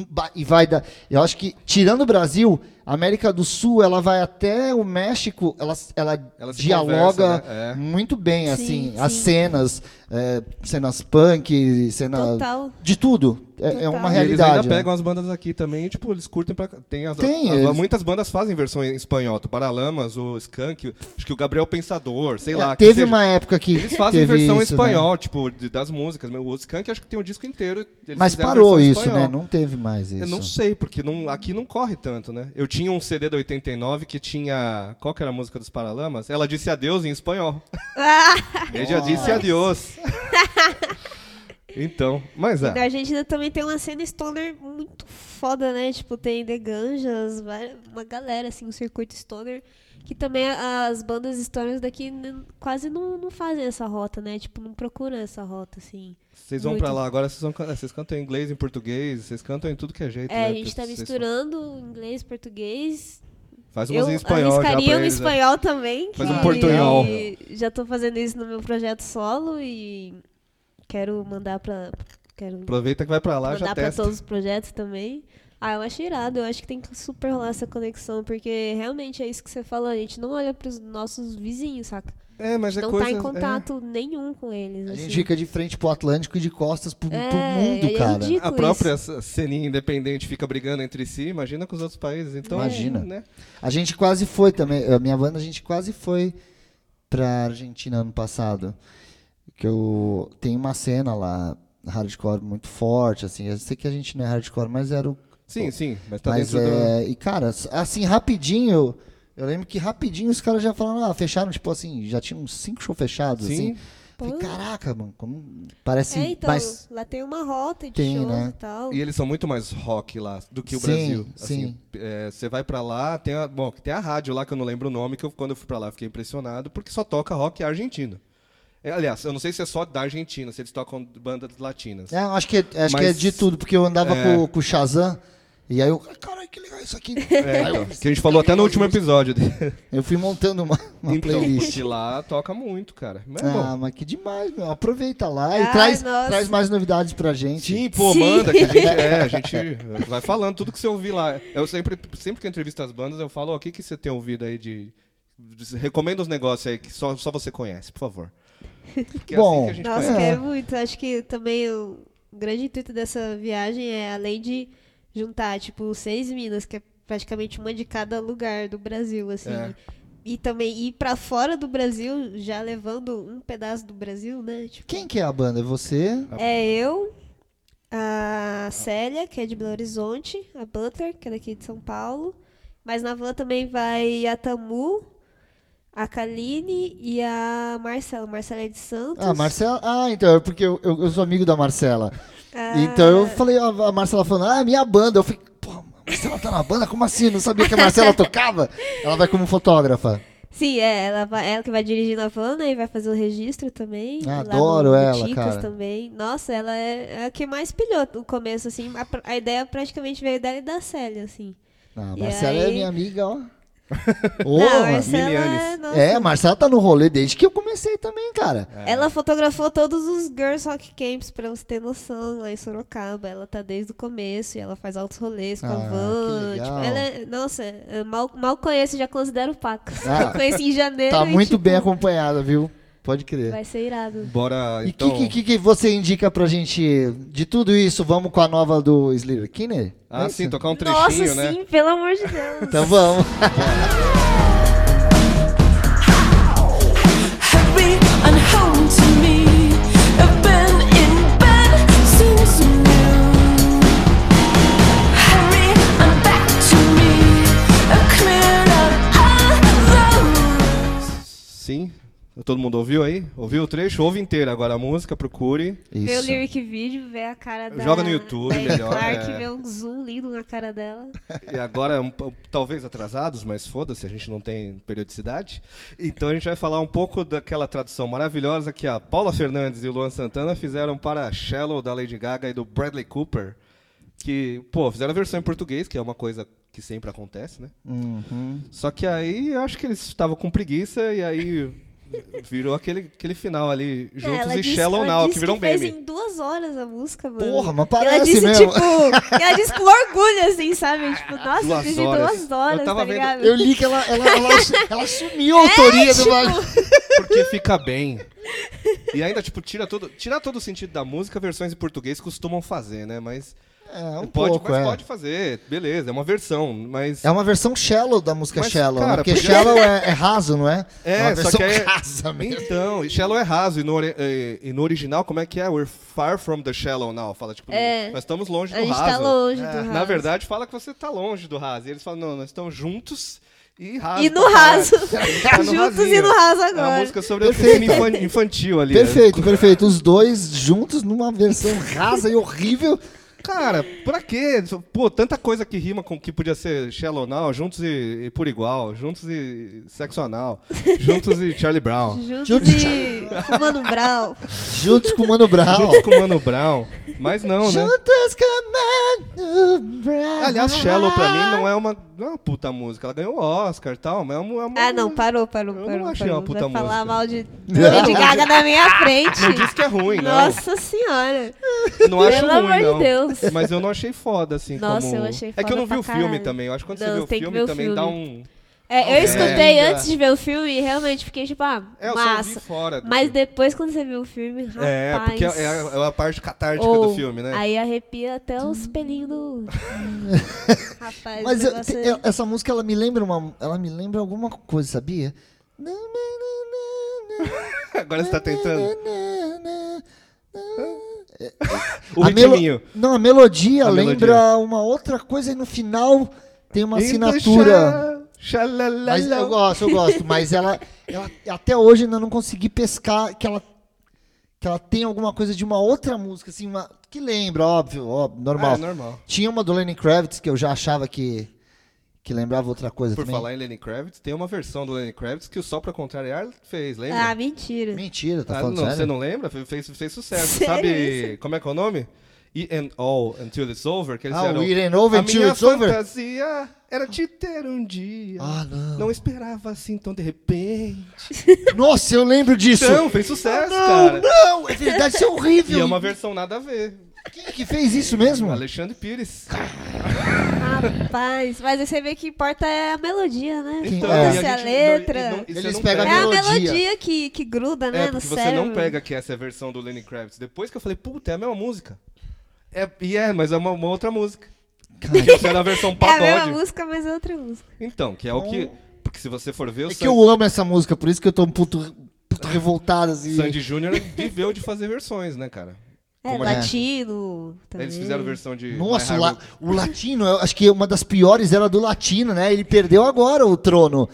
C: ba- e vai da... Eu acho que, tirando o Brasil, a América do Sul, ela vai até o México, ela, ela,
B: Ela se
C: dialoga
B: conversa, né? É.
C: muito bem,
D: Sim,
C: assim,
D: sim.
C: as cenas, é, cenas punk, cenas...
D: Total.
C: De tudo. É, é
D: Total.
C: uma
D: E
B: Eles
C: realidade.
B: ainda
C: né?
B: pegam as bandas aqui também e, tipo, eles curtem pra... Tem, as,
C: Tem,
B: as-
C: eles-
B: Muitas bandas fazem versão em espanhol. O Paralamas, o Skank, acho que o Gabriel Pensador, sei
C: É,
B: lá. que
C: teve
B: seja.
C: uma época que.
B: Eles fazem
C: teve
B: versão em
C: isso, né?
B: espanhol, tipo, de- das músicas. O Skank acho que tem um disco inteiro. eles
C: Mas
B: fizeram
C: parou
B: versão em
C: isso,
B: espanhol.
C: né? Não teve mais isso.
B: Eu não sei, porque não- aqui não corre tanto, né? Eu tinha um CD da 89 que tinha. Qual que era a música dos Paralamas? Ela disse adeus em espanhol. Ella disse adeus. então, mas
D: Na
B: é.
D: Argentina também tem uma cena stoner muito foda, né? Tipo, tem The Ganjas, vai- uma galera, assim, um circuito stoner. Que também as bandas stoners daqui n- quase não, não fazem essa rota, né? Tipo, não procuram essa rota, assim.
B: Vocês vão
D: Muito.
B: pra lá agora, vocês, vão can- vocês cantam em inglês, em português, vocês cantam em tudo que é jeito.
D: É,
B: né?
D: a
B: Porque
D: gente tá
B: vocês-
D: misturando inglês, português,
B: Faz umas
D: Eu
B: em espanhol já pra
D: arriscaria um
B: eles, né?
D: espanhol também.
B: Faz
C: um
D: que-
B: portunhol.
D: Já tô fazendo isso no meu projeto solo e quero mandar pra. Quero
B: Aproveita que vai pra lá, já
D: mandar pra
B: testa.
D: todos os projetos também. Ah, eu acho irado, eu acho que tem que super rolar essa conexão, porque realmente é isso que você falou, a gente não olha pros nossos vizinhos, saca?
B: É, mas é
D: não
B: coisa...
D: tá em
B: é.
D: contato nenhum com eles.
C: A
D: assim.
C: gente fica de frente pro Atlântico e de costas pro, pro
D: É,
C: mundo,
D: é
C: cara.
D: ridículo.
B: A
D: com
B: própria c- ceninha independente fica brigando entre si, imagina com os outros países. Então,
C: Imagina.
B: né?
C: A gente quase foi também. A minha banda, a gente quase foi pra Argentina ano passado. Que eu. Tem uma cena lá, hardcore muito forte, assim. Eu sei que a gente não é hardcore, mas era o.
B: Sim, sim, mas tá
C: mas
B: dentro do...
C: é. E, cara, assim, rapidinho. Eu lembro que rapidinho os caras já falaram, ah, fecharam, tipo assim, já tinham uns cinco shows fechados,
B: Sim,
C: assim. Falei,
D: Pô.
C: caraca, mano, como. Parece.
D: é, então,
C: mais-
D: lá tem uma rota de
C: assim, Tem,
D: shows
C: né?
D: e tal.
B: e eles são muito mais rock lá do que o
C: Sim,
B: Brasil. assim. É,
C: sim.
B: Você vai pra lá, tem a, bom, tem a rádio lá que eu não lembro o nome, que eu, quando eu fui pra lá fiquei impressionado, porque só toca rock argentino. É, aliás, eu não sei se é só da Argentina, se eles tocam bandas latinas.
C: É, eu acho que, acho que é
B: Mas-
C: de tudo, porque eu andava
B: É.
C: com, com o Shazam, e aí eu, caralho, que legal isso aqui.
B: É, então, que a gente falou até no último episódio.
C: Eu fui montando uma, uma
B: então,
C: playlist.
B: de lá toca muito, cara. Mas, é bom,
C: Ah, mas que demais, meu. Aproveita lá e
D: Ai,
C: traz,
D: nossa.
C: traz mais novidades pra gente.
B: Sim, pô,
D: Sim.
B: manda, que a gente, é, a gente vai falando tudo que você ouvir lá. Eu sempre, sempre que eu entrevisto as bandas, eu falo, ó, o que, que você tem ouvido aí de... de- Recomenda os negócios aí que só, só você conhece, por favor. Porque é
C: Bom.
B: assim que a gente
D: Nossa,
B: conhece.
C: É.
D: quero muito. Acho que também o grande intuito dessa viagem é, além de juntar, tipo, seis minas, que é praticamente uma de cada lugar do Brasil, assim.
B: É.
D: E também ir pra fora do Brasil, já levando um pedaço do Brasil, né? Tipo,
C: Quem que é a banda? É você?
D: é eu, a Célia, que é de Belo Horizonte, a Butter, que é daqui de São Paulo. Mas na van também vai a Tamu, a Kaline e a Marcela. Marcela é de Santos.
C: Ah, Marcela. Ah, então, é porque eu, eu, eu sou amigo da Marcela.
D: Ah.
C: Então eu falei, ó, a Marcela falando, ah, minha banda. Eu falei, pô, a Marcela tá na banda? Como assim? Eu não sabia que a Marcela tocava? Ela vai como fotógrafa.
D: Sim, é, ela, vai- ela que vai dirigindo a van né, e vai fazer o registro também.
C: Ah,
D: lá
C: adoro
D: no
C: ela,
D: Ticas
C: cara.
D: também. Nossa, ela é, é a que mais pilhou no começo, assim. A, pr- a ideia praticamente veio dela e da Célia, assim.
C: Ah, a
D: E
C: Marcela é
D: aí?
C: minha amiga, ó.
D: Não,
C: Ô,
D: a
C: mano.
D: Marcela, é,
B: Milianes.
D: nossa,
C: é, a Marcela tá no rolê desde que eu comecei também, cara.
D: ela fotografou todos os Girls Rock Camps, pra você ter noção, lá em Sorocaba. Ela tá desde o começo e ela faz altos rolês com
C: Ah,
D: a
C: que
D: van. Tipo,
C: legal.
D: ela é, nossa, eu mal, mal conheço, já considero o Paco.
C: Ah,
D: eu conheci em janeiro.
C: Tá
D: e,
C: muito
D: tipo,
C: bem acompanhada, viu? Pode crer.
D: Vai ser irado.
B: Bora,
C: E o
B: então...
C: que, que, que você indica pra gente de tudo isso? Vamos com a nova do Slayer Kinner?
B: Ah,
C: É
B: sim,
C: isso?
B: tocar um trechinho,
D: Nossa,
B: né?
D: sim, pelo amor de Deus.
C: Então vamos.
A: hurry and home to me. I've been in bed since noon. Hurry and back to me. I've cleared out all the room.
B: Sim. Todo mundo ouviu aí? Ouviu o trecho? Ouve inteiro agora a música, procure.
D: Vê o
C: Isso.
D: lyric vídeo, vê a cara dela. né?
B: Joga no YouTube, melhor,
D: Clark,
B: é.
D: vê um zoom lindo na cara dela.
B: E agora, um po- talvez atrasados, mas foda-se, a gente não tem periodicidade. Então a gente vai falar um pouco daquela tradução maravilhosa que a Paula Fernandes e o Luan Santana fizeram para Shallow, da Lady Gaga e do Bradley Cooper. Que, pô, fizeram a versão em português, que é uma coisa que sempre acontece, né?
C: Uhum.
B: Só que aí eu acho que eles estavam com preguiça e aí virou aquele, aquele final ali, juntos
D: É, ela
B: e
D: disse-
B: Shallow
D: ela
B: Now,
D: disse
B: que virou um
D: fez
B: meme.
D: em duas horas a música, mano.
C: Porra, mas
D: E ela
C: parece
D: disse,
C: mesmo.
D: tipo... e ela disse com orgulho, assim, sabe? Tipo, nossa,
B: Duas
D: eu fiz em
B: horas.
D: duas horas,
B: Eu tava
D: tá
B: vendo-
D: ligado?
C: Eu li que ela, ela,
B: É,
C: ela, ela assumiu a
B: tipo,
C: autoria do bagulho.
B: Porque fica bem. E ainda, tipo, tira todo, tirar todo o sentido da música, versões em português costumam fazer, né? Mas
C: É, um
B: pode,
C: pouco,
B: mas
C: é.
B: pode fazer, beleza, é uma versão, mas.
C: É uma versão shallow da música
B: Mas,
C: shallow, né?
B: cara,
C: Porque
B: podia-
C: shallow é, é raso, não é?
B: É,
C: é uma
B: só
C: versão
B: que é-
C: rasa mesmo.
B: Então, e Shallow é raso, e no, ori- eh, e no original, como é que é? We're far from the shallow now. Fala, tipo,
D: É.
B: nós estamos longe
D: A
B: do
D: gente
B: raso.
D: tá longe
C: É.
D: do raso.
B: Na verdade, fala que você tá longe do raso. E eles falam, não, nós estamos juntos e raso.
D: E no
B: pra caralho.
D: raso.
B: Tá no
D: Juntos e
B: rasinho.
D: no raso
B: É uma
D: agora.
B: música sobre o crime infan- infantil ali. né?
C: Perfeito, perfeito. Os dois juntos numa versão rasa e horrível.
B: Cara, pra quê? Pô, tanta coisa que rima com que podia ser Shallow Now, juntos e, e por igual, juntos e sexo anal, juntos e Charlie Brown,
D: Juntos
C: Juntos-
D: e... um Mano Brown.
C: Juntos com o Mano Brown.
B: juntos com Mano Brown. Mas não, né?
C: Juntos comando Brasil.
B: Aliás, Shallow pra mim não é uma, não é uma puta música. Ela ganhou Oscar e tal, mas é uma. é uma-
D: Ah, não, parou, parou,
B: Eu
D: parou.
B: não achei
D: parou.
B: uma puta
D: Vai
B: música.
D: falar mal de Lady Gaga na minha frente.
B: Não diz que é ruim, não.
D: Nossa senhora.
B: Não acho
D: Pelo
B: ruim,
D: amor de
B: não.
D: Deus.
B: Mas eu não achei foda, assim,
D: Nossa,
B: como...
D: eu achei
B: É que eu não vi
D: foda
B: o
D: pra
B: filme
D: caralho.
B: também. Eu acho que quando
D: Não,
B: você vê o
D: tem que
B: filme
D: ver o
B: também
D: filme.
B: dá um...
D: É, eu escutei
C: Ainda.
D: antes de ver o filme e realmente fiquei tipo, ah,
B: né? É, eu só
D: massa.
B: vi fora. do
D: Mas
B: filme.
D: depois quando você viu o filme, rapaz.
B: É, porque é, é a parte catártica
D: ou,
B: do filme, né?
D: Aí arrepia até os pelinhos do. rapaz,
C: Mas
D: o
C: eu-
D: negócio
C: te-
D: é-
C: eu- essa música ela me lembra uma, ela me lembra alguma coisa, sabia? Na, na, na, na, na,
B: Agora você tá tentando.
C: na, na, na.
B: O
C: A melo-
B: ritminho.
C: Não, a melodia
B: A
C: lembra
B: melodia.
C: uma outra coisa e no final tem uma
B: In the
C: assinatura.
B: sha- shalalala.
C: Mas eu gosto, eu gosto. Mas ela, ela- até hoje ainda não consegui pescar que ela, que ela tem alguma coisa de uma outra música, assim, uma, que lembra, óbvio, óbvio, normal.
B: É, normal.
C: Tinha uma do Lenny Kravitz que eu já achava que, que lembrava outra coisa
B: Por
C: também.
B: falar em Lenny Kravitz, tem uma versão do Lenny Kravitz que o Só Pra Contrariar fez, lembra?
D: Ah, mentira.
C: Mentira, tá
B: Ah,
C: falando
B: não,
C: sério?
B: você não lembra? Fe- Fez, fez sucesso.
D: Sério
B: Sabe como é que é o nome? E and All Until It's Over? Que eles
C: Ah,
B: eram,
C: o It Ain't Over
B: A
C: Until
B: minha
C: It's Over"?
B: fantasia era te ter um dia.
C: Ah, não.
B: Não esperava assim tão de repente.
C: Nossa, eu lembro disso.
B: Então, fez sucesso,
C: não,
B: cara.
C: não, é verdade, isso é horrível.
B: E é uma versão nada a ver.
C: Quem é que fez isso mesmo? É
B: Alexandre Pires.
D: Rapaz, mas aí você vê que importa é a melodia, né?
B: Então,
C: é.
B: e
D: Foda-se a,
B: gente não-
D: letra.
B: e não- e você
C: Eles
B: não
C: pegam
D: É
C: a
D: a
C: melodia.
D: melodia que, que gruda, né,
B: É,
D: no
B: porque você
D: cérebro.
B: não pega que essa é a versão do Lenny Kravitz. Depois que eu falei, puta, é a mesma música. É, e é, mas é uma, uma outra música.
C: Cara,
B: Isso era a versão
D: É a
B: pagode.
D: mesma música, mas é outra música.
B: Então, que é o que... Porque se você for ver, o
C: é que
B: Sandy,
C: eu amo essa música, por isso que eu tô um puto, puto revoltado assim.
B: Sandy Jr. viveu de fazer versões, né, cara?
D: É,
B: Como a gente-
D: latino também.
B: Eles fizeram versão de...
C: Nossa, o,
B: My
C: la-
B: Hero-
C: o latino, eu acho que uma das piores era a do latino, né? Ele perdeu agora o trono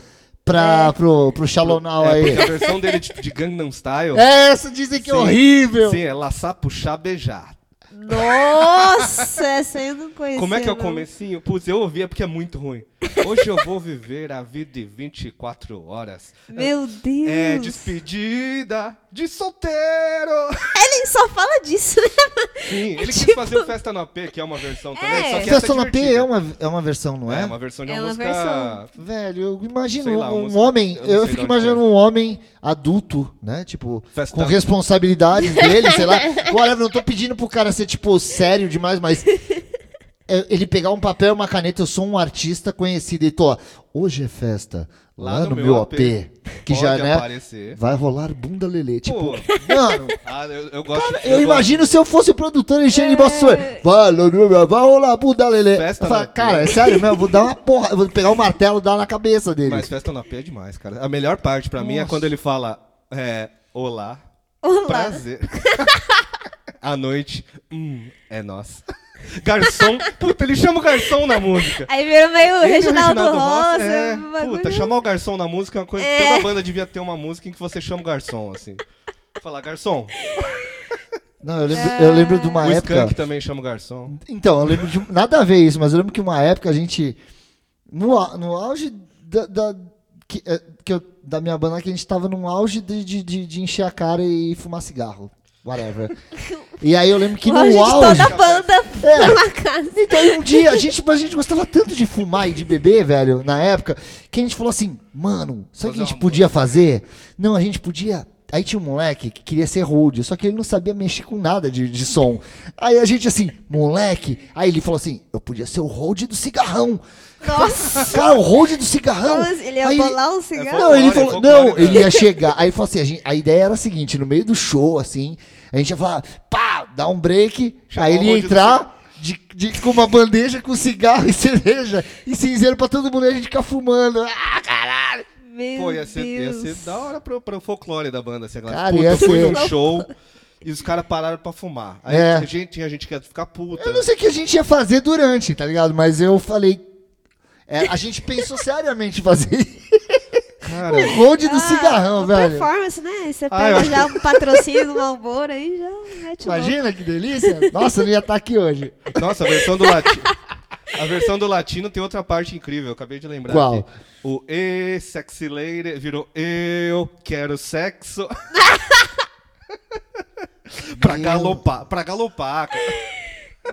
C: pra, pro, pro Shalonau
B: É,
C: aí.
B: porque a versão dele tipo, de Gangnam Style...
C: É, essa dizem que é
B: Sim.
C: horrível.
B: Sim, é laçar, puxar, beijar.
D: Nossa, essa eu não conhecia.
B: Como é que é o
D: não.
B: comecinho? Putz, eu ouvia porque é muito ruim. Hoje eu vou viver a vida de 24 horas.
D: Meu Deus.
B: É despedida de solteiro.
D: Ele só fala disso, né?
B: Sim, ele quis
D: tipo-
B: fazer o Festa no AP, que é uma versão também,
D: É.
B: só que essa
C: Festa
B: é
C: na P
B: divertida.
C: é uma, é uma versão, não é?
B: É, uma versão de uma,
D: É uma
B: música...
D: versão.
C: Velho, eu imagino
B: Sei lá,
C: um
B: música-
C: homem,
B: eu
C: eu,
B: não sei
C: fico
B: de onde é.
C: imaginando um homem adulto, né? Tipo,
B: Festa-
C: com responsabilidades dele, sei lá. Whatever, não tô pedindo pro cara ser, tipo, sério demais, mas. é, Ele pegar um papel e uma caneta, eu sou um artista conhecido e tô. Hoje é festa, lá, no, meu AP, que
B: Pode
C: já, né?
B: aparecer.
C: Vai rolar bunda lelê. Tipo,
B: Pô.
C: mano,
B: Ah, eu, eu gosto...
C: eu
B: gosto.
C: imagino se eu fosse o produtor e cheio de bosta. Vai, Lulu, vai rolar bunda lelê.
B: Festa
C: Eu falo,
B: no AP.
C: cara, é sério mesmo, eu vou dar uma porra, eu vou pegar o martelo e dar na cabeça dele.
B: Mas Festa no AP é demais, cara. A melhor parte pra mim é
C: Nossa.
B: quando ele fala... É, olá,
D: Olá.
B: prazer. à noite, hum, é nós. Garçom, puta, ele chama o garçom na música.
D: Aí virou
B: Ele
D: meio
B: e o
D: é Reginaldo, Rosa.
B: é.
D: um bagulho-
B: Puta, chamar o garçom na música é uma coisa que toda banda devia ter uma música em que você chama o garçom, assim. Falar, garçom.
C: Não, eu lembro,
D: É.
C: eu lembro de uma
B: o tá-
C: época.
B: Skank também chama o garçom.
C: Então, eu lembro de. Nada a ver isso, mas eu lembro que uma época a gente. No, au- no auge da. da- que, eh, que eu- da minha banda que a gente tava num auge de, de, de- de encher a cara e fumar cigarro. Whatever. E aí eu lembro que
D: O
C: no
D: auge de
C: auge.
D: toda a banda
C: É.
D: numa casa.
C: Então, e um dia, a gente, mas a gente gostava tanto de fumar e de beber, velho, na época, que a gente falou assim, mano, sabe o
B: Fazer
C: que a gente
B: uma
C: podia fazer? Não, a gente podia. Aí tinha um moleque que queria ser road, só que ele não sabia mexer com nada de, de som. Aí a gente assim, moleque. Aí ele falou assim: eu podia ser o road do cigarrão.
D: Nossa.
C: Cara, o road do cigarrão.
B: então,
D: Nossa, Então, ele ia
C: Aí-
D: bolar
B: É,
D: um cigarro?
C: Não, ele
B: Folclore,
C: falou,
B: folclore,
C: não,
B: né?
C: ele ia chegar. Aí ele falou assim: a, gente- a ideia era a seguinte: no meio do show, assim, a gente ia falar, pá, dá um break.
B: Chamar
C: aí
B: o
C: ele ia
B: bonde do
C: entrar de, de- com uma bandeja com cigarro e cerveja e cinzeiro pra todo mundo e a gente ficar fumando. Ah, caralho!
D: Meu
B: Pô, ia ser, ia
D: Deus.
B: ser da hora pro, pro folclore da banda. Assim, aquela,
C: Cara,
B: puta,
C: ia
B: eu fui
C: ser.
B: num show e os caras pararam pra fumar. Aí
C: É.
B: tinha gente, tinha gente que ia ficar puta.
C: Eu não sei o que a gente ia fazer durante, tá ligado? Mas eu falei. é, a gente pensou seriamente em fazer
B: Cara,
C: o road do
D: Ah,
C: cigarrão,
D: uma
C: velho.
D: performance, né? Você
B: Ah, eu
D: pega
B: acho
D: já um patrocínio do Malboro aí, já
B: né?
D: mete o louco.
C: Imagina que delícia! Nossa, eu não ia estar aqui hoje.
B: nossa, a versão do latino. A versão do latino tem outra parte incrível, eu acabei de lembrar.
C: Qual?
B: aqui. O E, sexy lady, virou eu quero sexo. pra
C: Meu.
B: galopar, pra galopar, cara.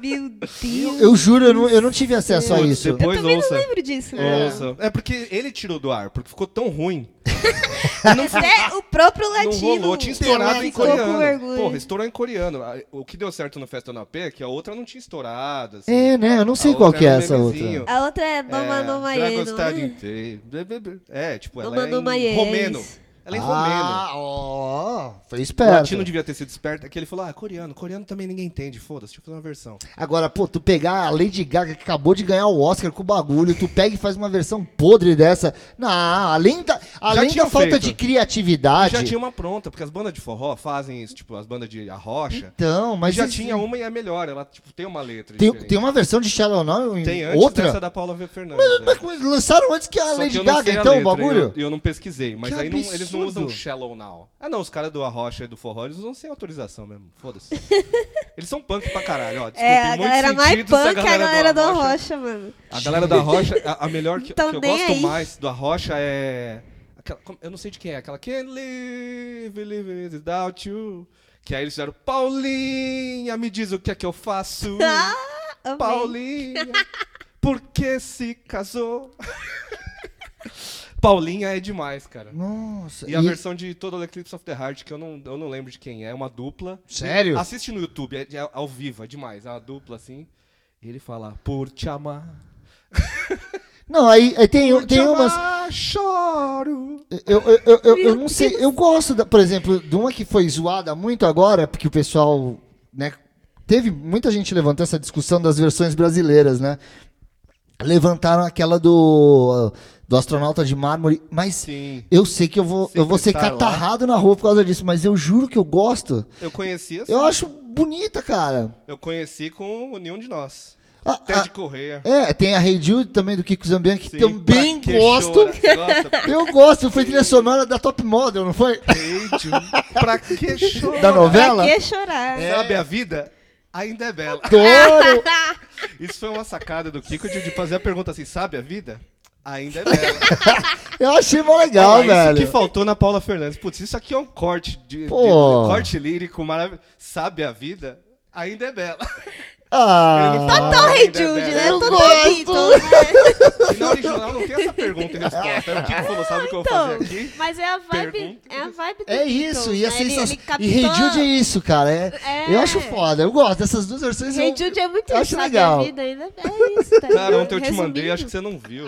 D: Meu Deus.
C: Eu juro, eu não, eu não tive acesso a
B: Putz,
C: isso.
B: depois- Pois
D: Também
B: ouça.
D: não lembro disso.
B: É.
D: né?
B: Ouça. É porque ele tirou do ar, porque ficou tão ruim.
D: Até é o próprio
B: Não
D: latino.
B: rolou, tinha estourado em
D: ficou com
B: coreano.
D: vergonha.
B: Porra, estourou em coreano. Ah, O que deu certo no Festa na P é que a outra não tinha estourado. assim.
C: É, né? Eu não sei
B: A
C: qual
B: outra
C: que é
B: era um
C: essa
B: memezinho.
C: outra.
D: A outra é Mama
B: É,
D: no
B: Dragon's
D: Maieno.
B: Tadinho
D: né?
B: Tei. Blá, blá, blá. um É, tipo, ela
D: Mama no
B: é em
D: Maieno.
B: romeno. Ela é em romeno.
C: Ah, ó. Foi
B: O
C: esperto.
B: latino devia ter sido esperto. É que ele falou, ah, coreano. Coreano também ninguém entende, foda-se. Deixa eu fazer uma versão.
C: Agora, pô, tu pegar a Lady Gaga que acabou de ganhar o Oscar com o bagulho, tu pega e faz uma versão podre dessa. Não, além da, além da
B: tinham
C: falta
B: feito.
C: de
B: E já
C: criatividade.
B: tinha uma pronta, porque as bandas de forró fazem isso. Tipo, as bandas de arrocha.
C: Então, mas.
B: já
C: isso-
B: tinha uma e é melhor. Ela, tipo, tem uma letra
C: Tem, um-
B: diferente.
C: tem uma versão de Shallow Now em
B: Tem antes
C: outra?
B: dessa da Paula V. Fernandes. né?
C: Mas como eles lançaram antes que a
B: Só que
C: Lady
B: eu não
C: Gaga,
B: sei a
C: então, o
B: letra,
C: bagulho?
B: Eu, eu não pesquisei, mas
C: Que
B: aí não- eles não usam
C: absurdo.
B: shallow now. Ah não, os caras do Arrocha e do Forró, eles usam sem autorização mesmo, foda-se. eles são punk pra caralho, ó, desculpa,
D: É,
B: em
D: a
B: muitos
D: galera mais
B: sentidos,
D: punk é a galera do
B: Arrocha-
D: Arrocha, mano.
B: A galera da Rocha, a, a melhor que,
D: Então
B: que eu
D: nem
B: gosto
D: aí.
B: mais do Arrocha é... aquela- como- eu não sei de quem é, aquela Can't live, live without you. Que aí eles fizeram, Paulinha, me diz o que é que eu faço.
D: Amei.
B: Paulinha, por que se casou? Paulinha é demais, cara.
C: Nossa.
B: E a versão de Total Eclipse of the Heart, que eu não, eu não lembro de quem é, é uma dupla.
C: Sério?
B: Assiste no YouTube, é, é ao vivo, é demais. É uma dupla assim. E ele fala, por te amar.
C: Não, aí, aí tem,
B: Por te
C: tem umas.
B: amar, choro.
C: Eu, eu, eu, eu, eu não sei, eu gosto, da- por exemplo, de uma que foi zoada muito agora, porque o pessoal, né, teve muita gente levantando essa discussão das versões brasileiras, né? Levantaram aquela do do astronauta de mármore, mas
B: Sim.
C: eu sei que eu vou eu vou ser
B: Sempre tá lá.
C: catarrado na rua por causa disso, mas eu juro que eu gosto.
B: Eu conheci assim,
C: Eu
B: eu...
C: acho bonita, cara.
B: conheci com o Nenhum de Nós.
C: A-
B: Ted
C: a-
B: Correia.
C: é, tem a Hey Jude também do Kiko Zambian que
B: Sim,
C: também
B: pra que
C: gosto.
B: chora? Nossa,
C: Eu gosto, foi trilha sonora da Top Model, não foi?
B: Ted, pra que chora?
C: Da novela?
D: Pra que chorar?
C: É.
B: Sabe, a vida ainda é bela.
C: Adoro!
B: Isso foi uma sacada do Kiko de, de fazer a pergunta assim, sabe a vida? Ainda é bela.
C: Eu achei mó legal,
B: Ah,
C: velho.
B: Isso que faltou na Paula Fernandes. Putz, isso aqui é um corte de, de-
C: Pô.
B: corte lírico maravilhoso. Sabe a vida? Ainda é bela.
C: Ah,
D: Total Rei
B: Ainda é
D: Jude,
B: bela.
D: né?
C: Eu
D: Total
C: gosto.
D: Beatles.
B: E na original não tem essa pergunta e resposta. É o Kiko falou, sabe o que eu vou
D: Então,
B: fazer aqui?
D: mas é a vibe,
B: Pergunta.
D: é a vibe do
C: é isso,
D: Beatles,
C: e a
D: né?
C: sensação.
D: Ele,
C: E
D: ele captou...
C: Rejude é isso, cara. É,
D: É.
C: Eu acho foda, eu gosto dessas duas versões. eu-
D: Rei Jude é muito
C: eu acho
D: isso, sabe?
C: legal.
D: A vida ainda é isso, tá
B: Cara,
D: ligado?
B: ontem eu te
D: Resumindo.
B: mandei, acho que você não viu.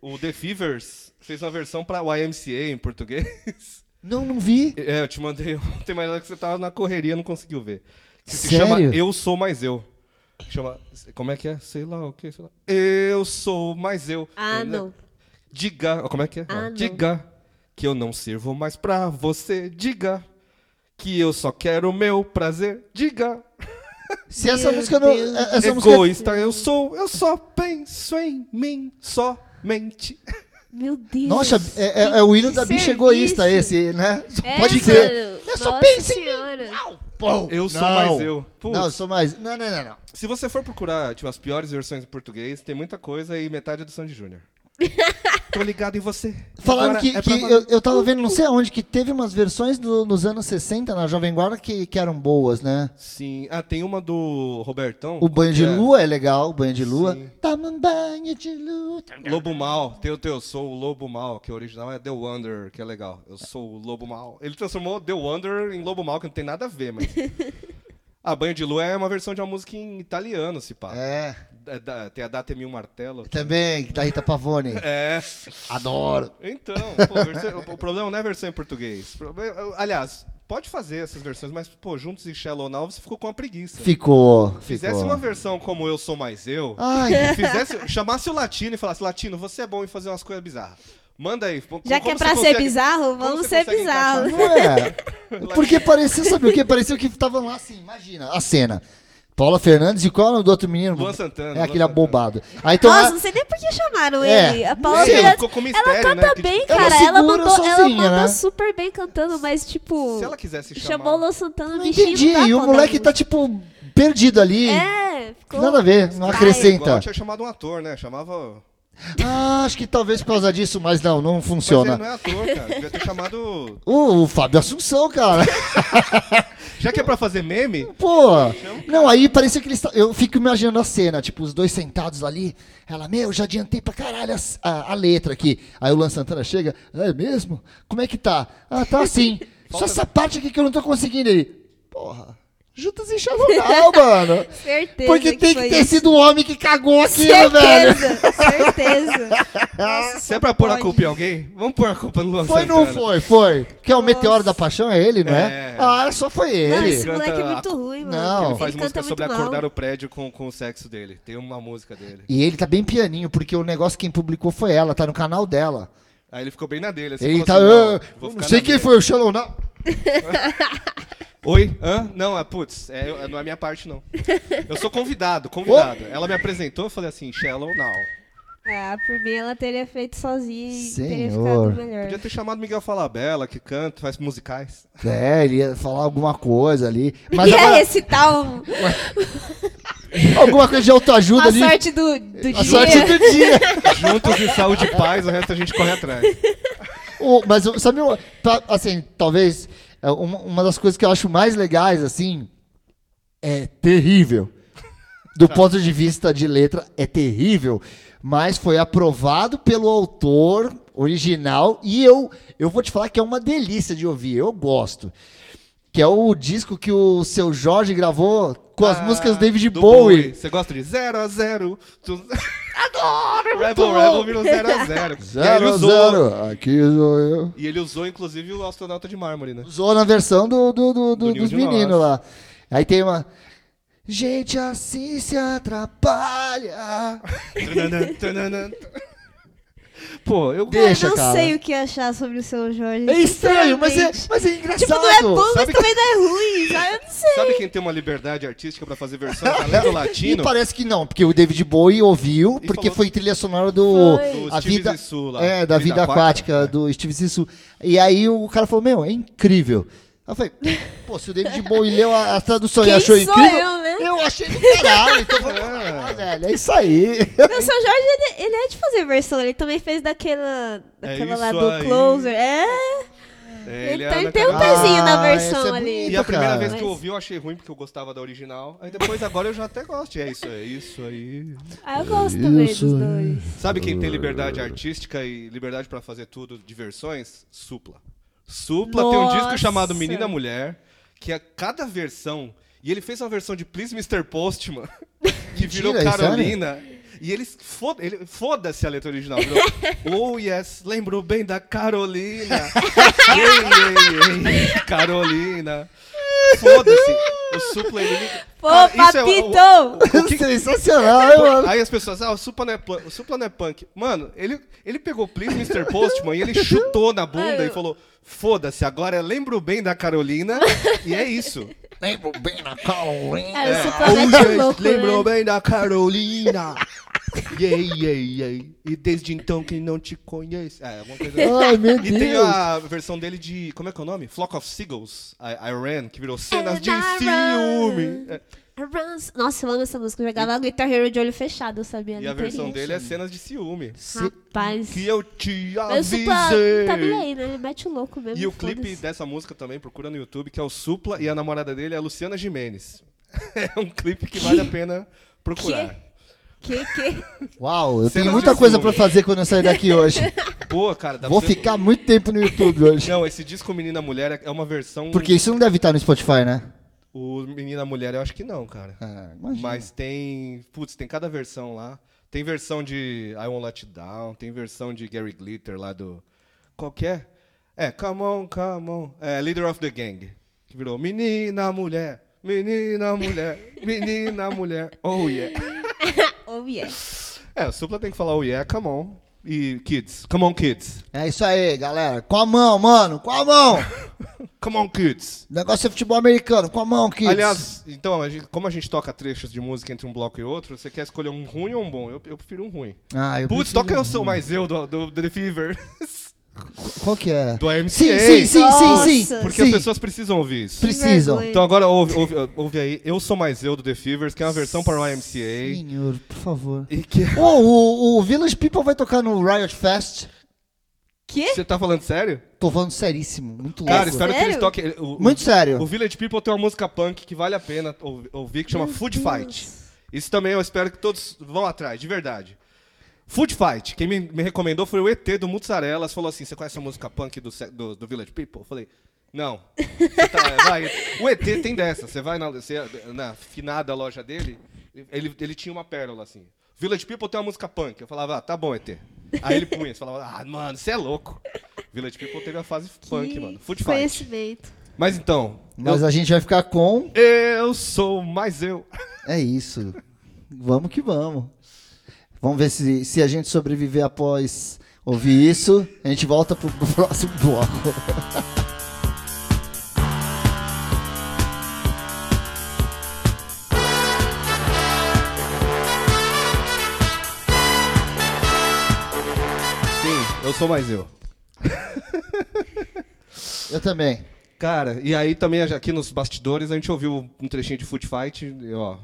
B: O The Fevers fez uma versão pra YMCA em português.
C: Não, não vi.
B: É, eu te mandei ontem, mas era que você tava na correria não conseguiu ver. Que se
C: Sério?
B: chama Eu Sou Mais Eu. Chama. Como é que é? Sei lá o que, sei lá. Eu sou mais eu.
D: Ah,
B: Eu-
D: não.
B: Diga, ó, como é que é?
D: Ah,
B: Ó,
D: não.
B: Diga que eu não sirvo mais pra você. Diga que eu só quero o meu prazer. Diga,
C: Se essa
D: Meu
C: música não.
D: Deus.
C: é- Essa música.
B: egoísta eu sou, eu só penso em mim somente.
D: Meu Deus.
C: Nossa, é, é- é o hino
D: Que
C: da bicha
D: serviço.
C: egoísta esse, né? Só
D: É,
C: Pode crer.
D: mano.
C: Eu só
D: Nossa
C: penso em mim.
D: senhora.
C: Pô,
B: Eu sou
C: não.
B: mais eu. Putz.
C: Não, eu sou mais. Não, não, não, não.
B: Se você for procurar tipo, as piores versões em português, tem muita coisa e metade é do Sandy Júnior. Tô ligado em você.
C: Falando
B: Agora
C: que,
B: é
C: que
B: pra
C: eu, eu tava vendo, não sei aonde, que teve umas versões do- nos anos 60 na Jovem Guarda que, que eram boas, né?
B: Sim. Ah, tem uma do Robertão.
C: O banho de
B: que é
C: lua é legal, o banho de lua.
B: Sim.
C: Toma um banho de lua.
B: Lobo Mal. Tem o teu Sou o Lobo Mal, que o original é The Wonder, que é legal. Eu sou o Lobo Mal. Ele transformou The Wonder em Lobo Mal, que não tem nada a ver, mas. A Banho de Lua é uma versão de uma música em italiano, se pá.
C: É,
B: É da- Tem a Data Mil Martelo.
C: também, da Rita tá Pavone.
B: É.
C: Adoro.
B: Então, pô, versão- o problema não é a versão em português. O problema- Aliás, pode fazer essas versões, mas, pô, Juntos e Shallow Now você ficou com uma preguiça.
C: Ficou, Ah. ficou.
B: Fizesse uma versão como Eu Sou Mais Eu,
D: É.
C: Ai,
B: fizesse, chamasse o Latino e falasse, Latino, você é bom em fazer umas coisas bizarras. Manda aí. pô,
D: Já
B: como
D: que é
B: você
D: pra ser
B: consegue-
D: bizarro,
B: como
D: vamos
B: você
D: ser
B: consegue
D: bizarro.
C: não é. Porque parecia, sabe o que? Parecia que estavam lá assim, imagina, a cena. Paula Fernandes e qual é o nome do outro menino?
B: Luan Santana,
C: É
B: Luan
C: aquele
B: Santana.
C: abombado. Aí então,
D: Nossa,
C: a-
D: não sei nem por que chamaram
C: É,
D: ele. A
C: não
D: Paula
C: sei.
D: Fernandes-
B: Ficou como
D: ela
B: mistério, né,
D: canta
B: que,
D: bem,
B: tipo,
C: ela
D: cara. Ela,
C: segura
D: mandou, ela
C: sozinha,
D: mandou
C: né?
D: super bem cantando, mas tipo.
B: Se ela quisesse chamar.
D: chamou o Luan Santana
C: não
D: bichinho,
C: entendi.
D: dá
C: E o
D: pra
C: moleque tá,
D: dar
C: tipo, perdido ali.
D: um- É, ficou.
C: Nada a ver, não
D: Vai.
C: acrescenta.
B: Igual tinha chamado um ator, né? Chamava
C: Ah, acho que talvez por causa disso, mas não, não
B: Mas ele
C: funciona.
B: não é ator, cara. Devia ter chamado.
C: Uh, o Fábio Assunção, cara.
B: Já que é pra fazer meme,
C: Pô, não, aí parecia que eles. ta- Eu fico imaginando a cena, tipo, os dois sentados ali. Ela, meu, já adiantei pra caralho as- a, a letra aqui. Aí o Luan Santana chega, é mesmo? Como é que tá? Ah, tá assim. Só essa parte aqui que eu não tô conseguindo. Ele, porra, juntas em Xalonal, mano.
D: Certeza.
C: Porque tem que,
D: foi
C: ter
D: isso.
C: sido um homem que cagou aquilo, velho.
D: Certeza, certeza. Nossa,
B: se é
D: só
B: pra pôr a
D: pode.
B: culpa em alguém, vamos pôr a culpa no Luan
C: Foi,
B: Santana.
C: não foi, foi. Que é o
D: Nossa.
C: Meteoro da Paixão, é ele, não é?
B: É.
C: Ah, só foi
D: Não,
C: ele.
D: esse moleque é muito ruim, mano.
C: Não.
B: Ele faz
D: ele
B: música
D: canta
B: sobre
D: muito
B: acordar
D: mal.
B: o prédio com, com o sexo dele. Tem uma música dele.
C: E ele tá bem pianinho, porque o negócio quem publicou foi ela, tá no canal dela.
B: Aí ele ficou bem na dele. Assim,
C: Ele
B: falou
C: tá.
B: assim,
C: "Ah,
B: "Não, vou
C: não,
B: ficar
C: sei
B: na
C: quem
B: minha."
C: foi o Shalom, não.
B: Oi? Hã? Não, é, putz, é, é- não é minha parte, não. Eu sou convidado, convidado. Ela me apresentou, eu falei assim, shallow now.
D: Ah, por mim ela teria feito sozinha e teria
C: Senhor.
D: ficado melhor.
B: Podia ter chamado Miguel Falabella, que canta, faz musicais.
C: É, ele ia falar alguma coisa ali. Mas
D: Mas ia
C: agora,
D: recitar um-
C: alguma coisa de autoajuda
D: a
C: ali.
D: sorte do, do
C: A
D: dia.
C: sorte do dia.
B: Juntos de saúde e paz, o resto a gente corre atrás.
C: O- mas o- sabe, o- tá, assim, talvez é, uma, uma das coisas que eu acho mais legais, assim, é terrível. Do ponto de vista de letra, é terrível. Mas foi aprovado pelo autor original e eu, eu vou te falar que é uma delícia de ouvir, eu gosto. Que é o disco que o seu Jorge gravou com as
B: Ah,
C: músicas do David
B: do
C: Bowie.
B: Você gosta de 0 a 0 tu... Adoro! Rebel Rebel virou 0 a 0
C: Zero, zero, aqui sou eu.
B: E ele usou, inclusive, o astronauta de mármore, né?
C: Usou na versão do, do- do- do-
B: Do Ninho
C: dos
B: de
C: meninos
B: Nós.
C: lá. Aí tem uma. Gente, assim se atrapalha.
B: Tananã, tananã. Pô, eu
C: De- Deixa,
D: eu não
C: cara.
D: sei o que achar sobre o seu Jorge.
C: É estranho, mas é,
D: sinceramente.
C: mas é engraçado.
D: Tipo, não é bom, mas
B: Sabe-
D: também não é ruim. Sabe? Eu não sei.
B: Sabe quem tem uma liberdade artística pra fazer versão além do latino?
C: E parece que não, porque o David Bowie ouviu,
B: E
C: porque
B: falou-
C: foi trilha sonora do.
B: Foi. Do
C: A
B: Steve
C: vida,
B: Zissou lá.
C: é, da vida,
B: Vida
C: aquática,
B: Aquática, né?
C: do Steve Zissou. E aí o cara falou: Meu, é incrível. Aí Eu falei, pô, se o David Bowie leu a, a tradução e
D: Quem
C: achou
D: sou
C: incrível,
D: eu, né?
C: eu achei do caralho. Então, eu falei, ah, velho, é isso aí.
D: Não, o seu Jorge, ele, ele é de fazer versão. Ele também fez daquela, daquela lá
B: É isso
D: do
B: aí.
D: Closer. É.
B: É,
D: Ele
B: é
D: tem-
B: Ana
D: tem um
B: Carolina.
D: pezinho na
C: Ah,
D: versão
C: essa é
D: ali.
C: bonita,
B: E a primeira
C: cara.
B: vez que eu
D: Mas-
B: ouvi eu achei ruim porque eu gostava da original. Aí depois agora eu já até gosto. E é isso, é isso aí.
D: Ah, eu gosto também dos
C: Isso.
D: dois.
B: Sabe quem tem liberdade artística e liberdade pra fazer tudo de versões? Supla. Supla tem um disco
D: Nossa.
B: chamado Menina Mulher, que é cada versão. E ele fez uma versão de Please Mr. Postman, que virou
C: Mentira, é sério?
B: Carolina. E eles foda- ele foda-se a letra original. Virou, oh yes, lembrou bem da Carolina. ei, ei, ei, Carolina. Foda-se. O Supla ele.
D: Pô,
B: Cara, isso é o-
D: papito!
B: o que-
C: Sensacional, hein, mano.
B: Aí as pessoas, ah, o Supla não é punk. O Supla não é punk. Mano, ele, ele pegou o Please Mr. Postman e ele chutou na bunda
D: Ai, eu-
B: e falou: foda-se, agora eu lembro bem da Carolina e é isso.
C: Lembro bem na Carolina.
D: Cara, o
B: Ou
D: suplemento é
B: seja,
D: louco,
B: lembrou
D: né?
B: bem da Carolina. Yay, yay, yay. E desde então quem não te conhece. É, alguma coisa assim.
C: Ai, meu
B: E tem
C: Deus.
B: a versão dele de. Como é que é o nome? Flock of Seagulls, I, I Ran, que virou cenas de
D: And I
B: ciúme. É,
D: ran. Runs. Nossa, eu amo essa música. Eu jogava Guitar Hero de olho fechado, eu sabia?
B: E a
D: Não teria.
B: versão dele é cenas de ciúme.
D: Rapaz.
B: Que eu te
D: Mas o
B: avisei.
D: Supla tá bem aí, né? Ele mete o louco mesmo.
B: E o clipe
D: foda-se.
B: dessa música também, procura no YouTube, que é o Supla e a namorada dele é a Luciana Jimenez. É um clipe que vale a pena procurar.
D: Que, que?
C: Uau, eu tenho
B: Cenas
C: muita
B: de
C: coisa pra
B: filme.
C: fazer quando eu sair daqui hoje.
B: Pô, cara, dá
C: Vou
B: pra você-
C: ficar muito tempo no YouTube hoje.
B: Não, esse disco Menina Mulher é- é uma versão.
C: Porque isso não deve estar no Spotify, né?
B: O Menina Mulher eu acho que não, cara.
C: Ah,
B: Mas tem. Putz, tem cada versão lá. Tem versão de I Won't Let You Down, tem versão de Gary Glitter lá do. Qual que é? É, come on, come on. É, Leader of the Gang. Que virou Menina Mulher, Menina Mulher, Menina Mulher. Oh yeah.
D: Oh, yeah.
B: É, o Supla tem que falar o yeah, come on. E kids, come on kids,
C: É isso aí, galera. Com a mão, mano. Com a mão.
B: come on kids.
C: O negócio é futebol americano. Com a mão, kids.
B: Aliás, então, a gente- como a gente toca trechos de música entre um bloco e outro, você quer escolher um ruim ou um bom? Eu, eu prefiro um ruim.
C: Ah, eu
B: Putz,
C: prefiro-
B: toca eu sou mais eu do, do, do The Fevers.
C: Qu- Qual que é?
B: Do AMCA.
C: Sim, sim, sim, sim, sim.
D: Nossa.
B: Porque
C: sim.
B: as pessoas precisam ouvir isso.
D: Que
C: precisam.
D: vergonha.
B: Então agora ouve, ouve- ouve aí Eu Sou Mais Eu do The Fevers, que é uma versão para o YMCA.
C: Senhor, por favor.
B: E que
C: Oh, o, o Village People vai tocar no Riot Fest.
D: Quê?
B: Você tá falando sério?
C: Tô falando seríssimo, muito louco.
B: Cara, espero que
D: sério?
B: eles toquem. O,
C: Muito sério.
B: o Village People tem uma música punk que vale a pena ou- ouvir, que chama Food Fight. Isso também eu espero que todos vão atrás, de verdade. Food Fight, quem me, me recomendou foi o ET do Mussarelas, falou assim: você conhece a música punk do, se- do, do Village People? Eu falei, não. Você tá- vai. O ET tem dessa. Você vai na, você- na finada loja dele, ele, ele tinha uma pérola assim. Village People tem uma música punk. Eu falava, ah, tá bom, ET. Aí ele punha, você falava, ah, mano, você é louco. Village People teve a fase punk, mano. Food Fight.
D: Conhecimento.
B: Mas então.
C: Mas a gente vai ficar com.
B: Eu sou mais eu.
C: É isso. Vamos que vamos. Vamos ver se, se a gente sobreviver após ouvir isso. A gente volta pro pro próximo bloco.
B: Sim, eu sou mais eu.
C: Eu também.
B: Cara, e aí também aqui nos bastidores a gente ouviu um trechinho de Food Fight, e, ó,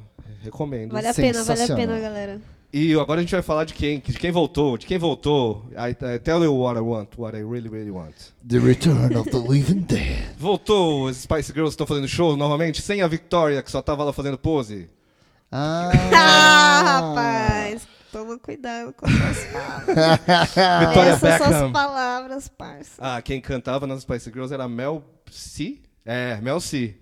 B: recomendo.
D: Vale a pena, vale a
C: Sensacional.
D: pena, galera.
B: E agora a gente vai falar de quem, de quem voltou, de quem voltou. I, I tell you what I want, what I really, really want.
C: The Return of the Living Dead.
B: Voltou, as Spice Girls estão fazendo show novamente, sem a Victoria, que só tava lá fazendo pose.
C: Ah,
D: Ah, rapaz. Toma cuidado com as suas palavras.
B: Victoria
D: Ah, Essas são
B: Beckham.
D: as palavras, parça.
B: Ah, quem cantava nas Spice Girls era a Mel C? É, Mel C.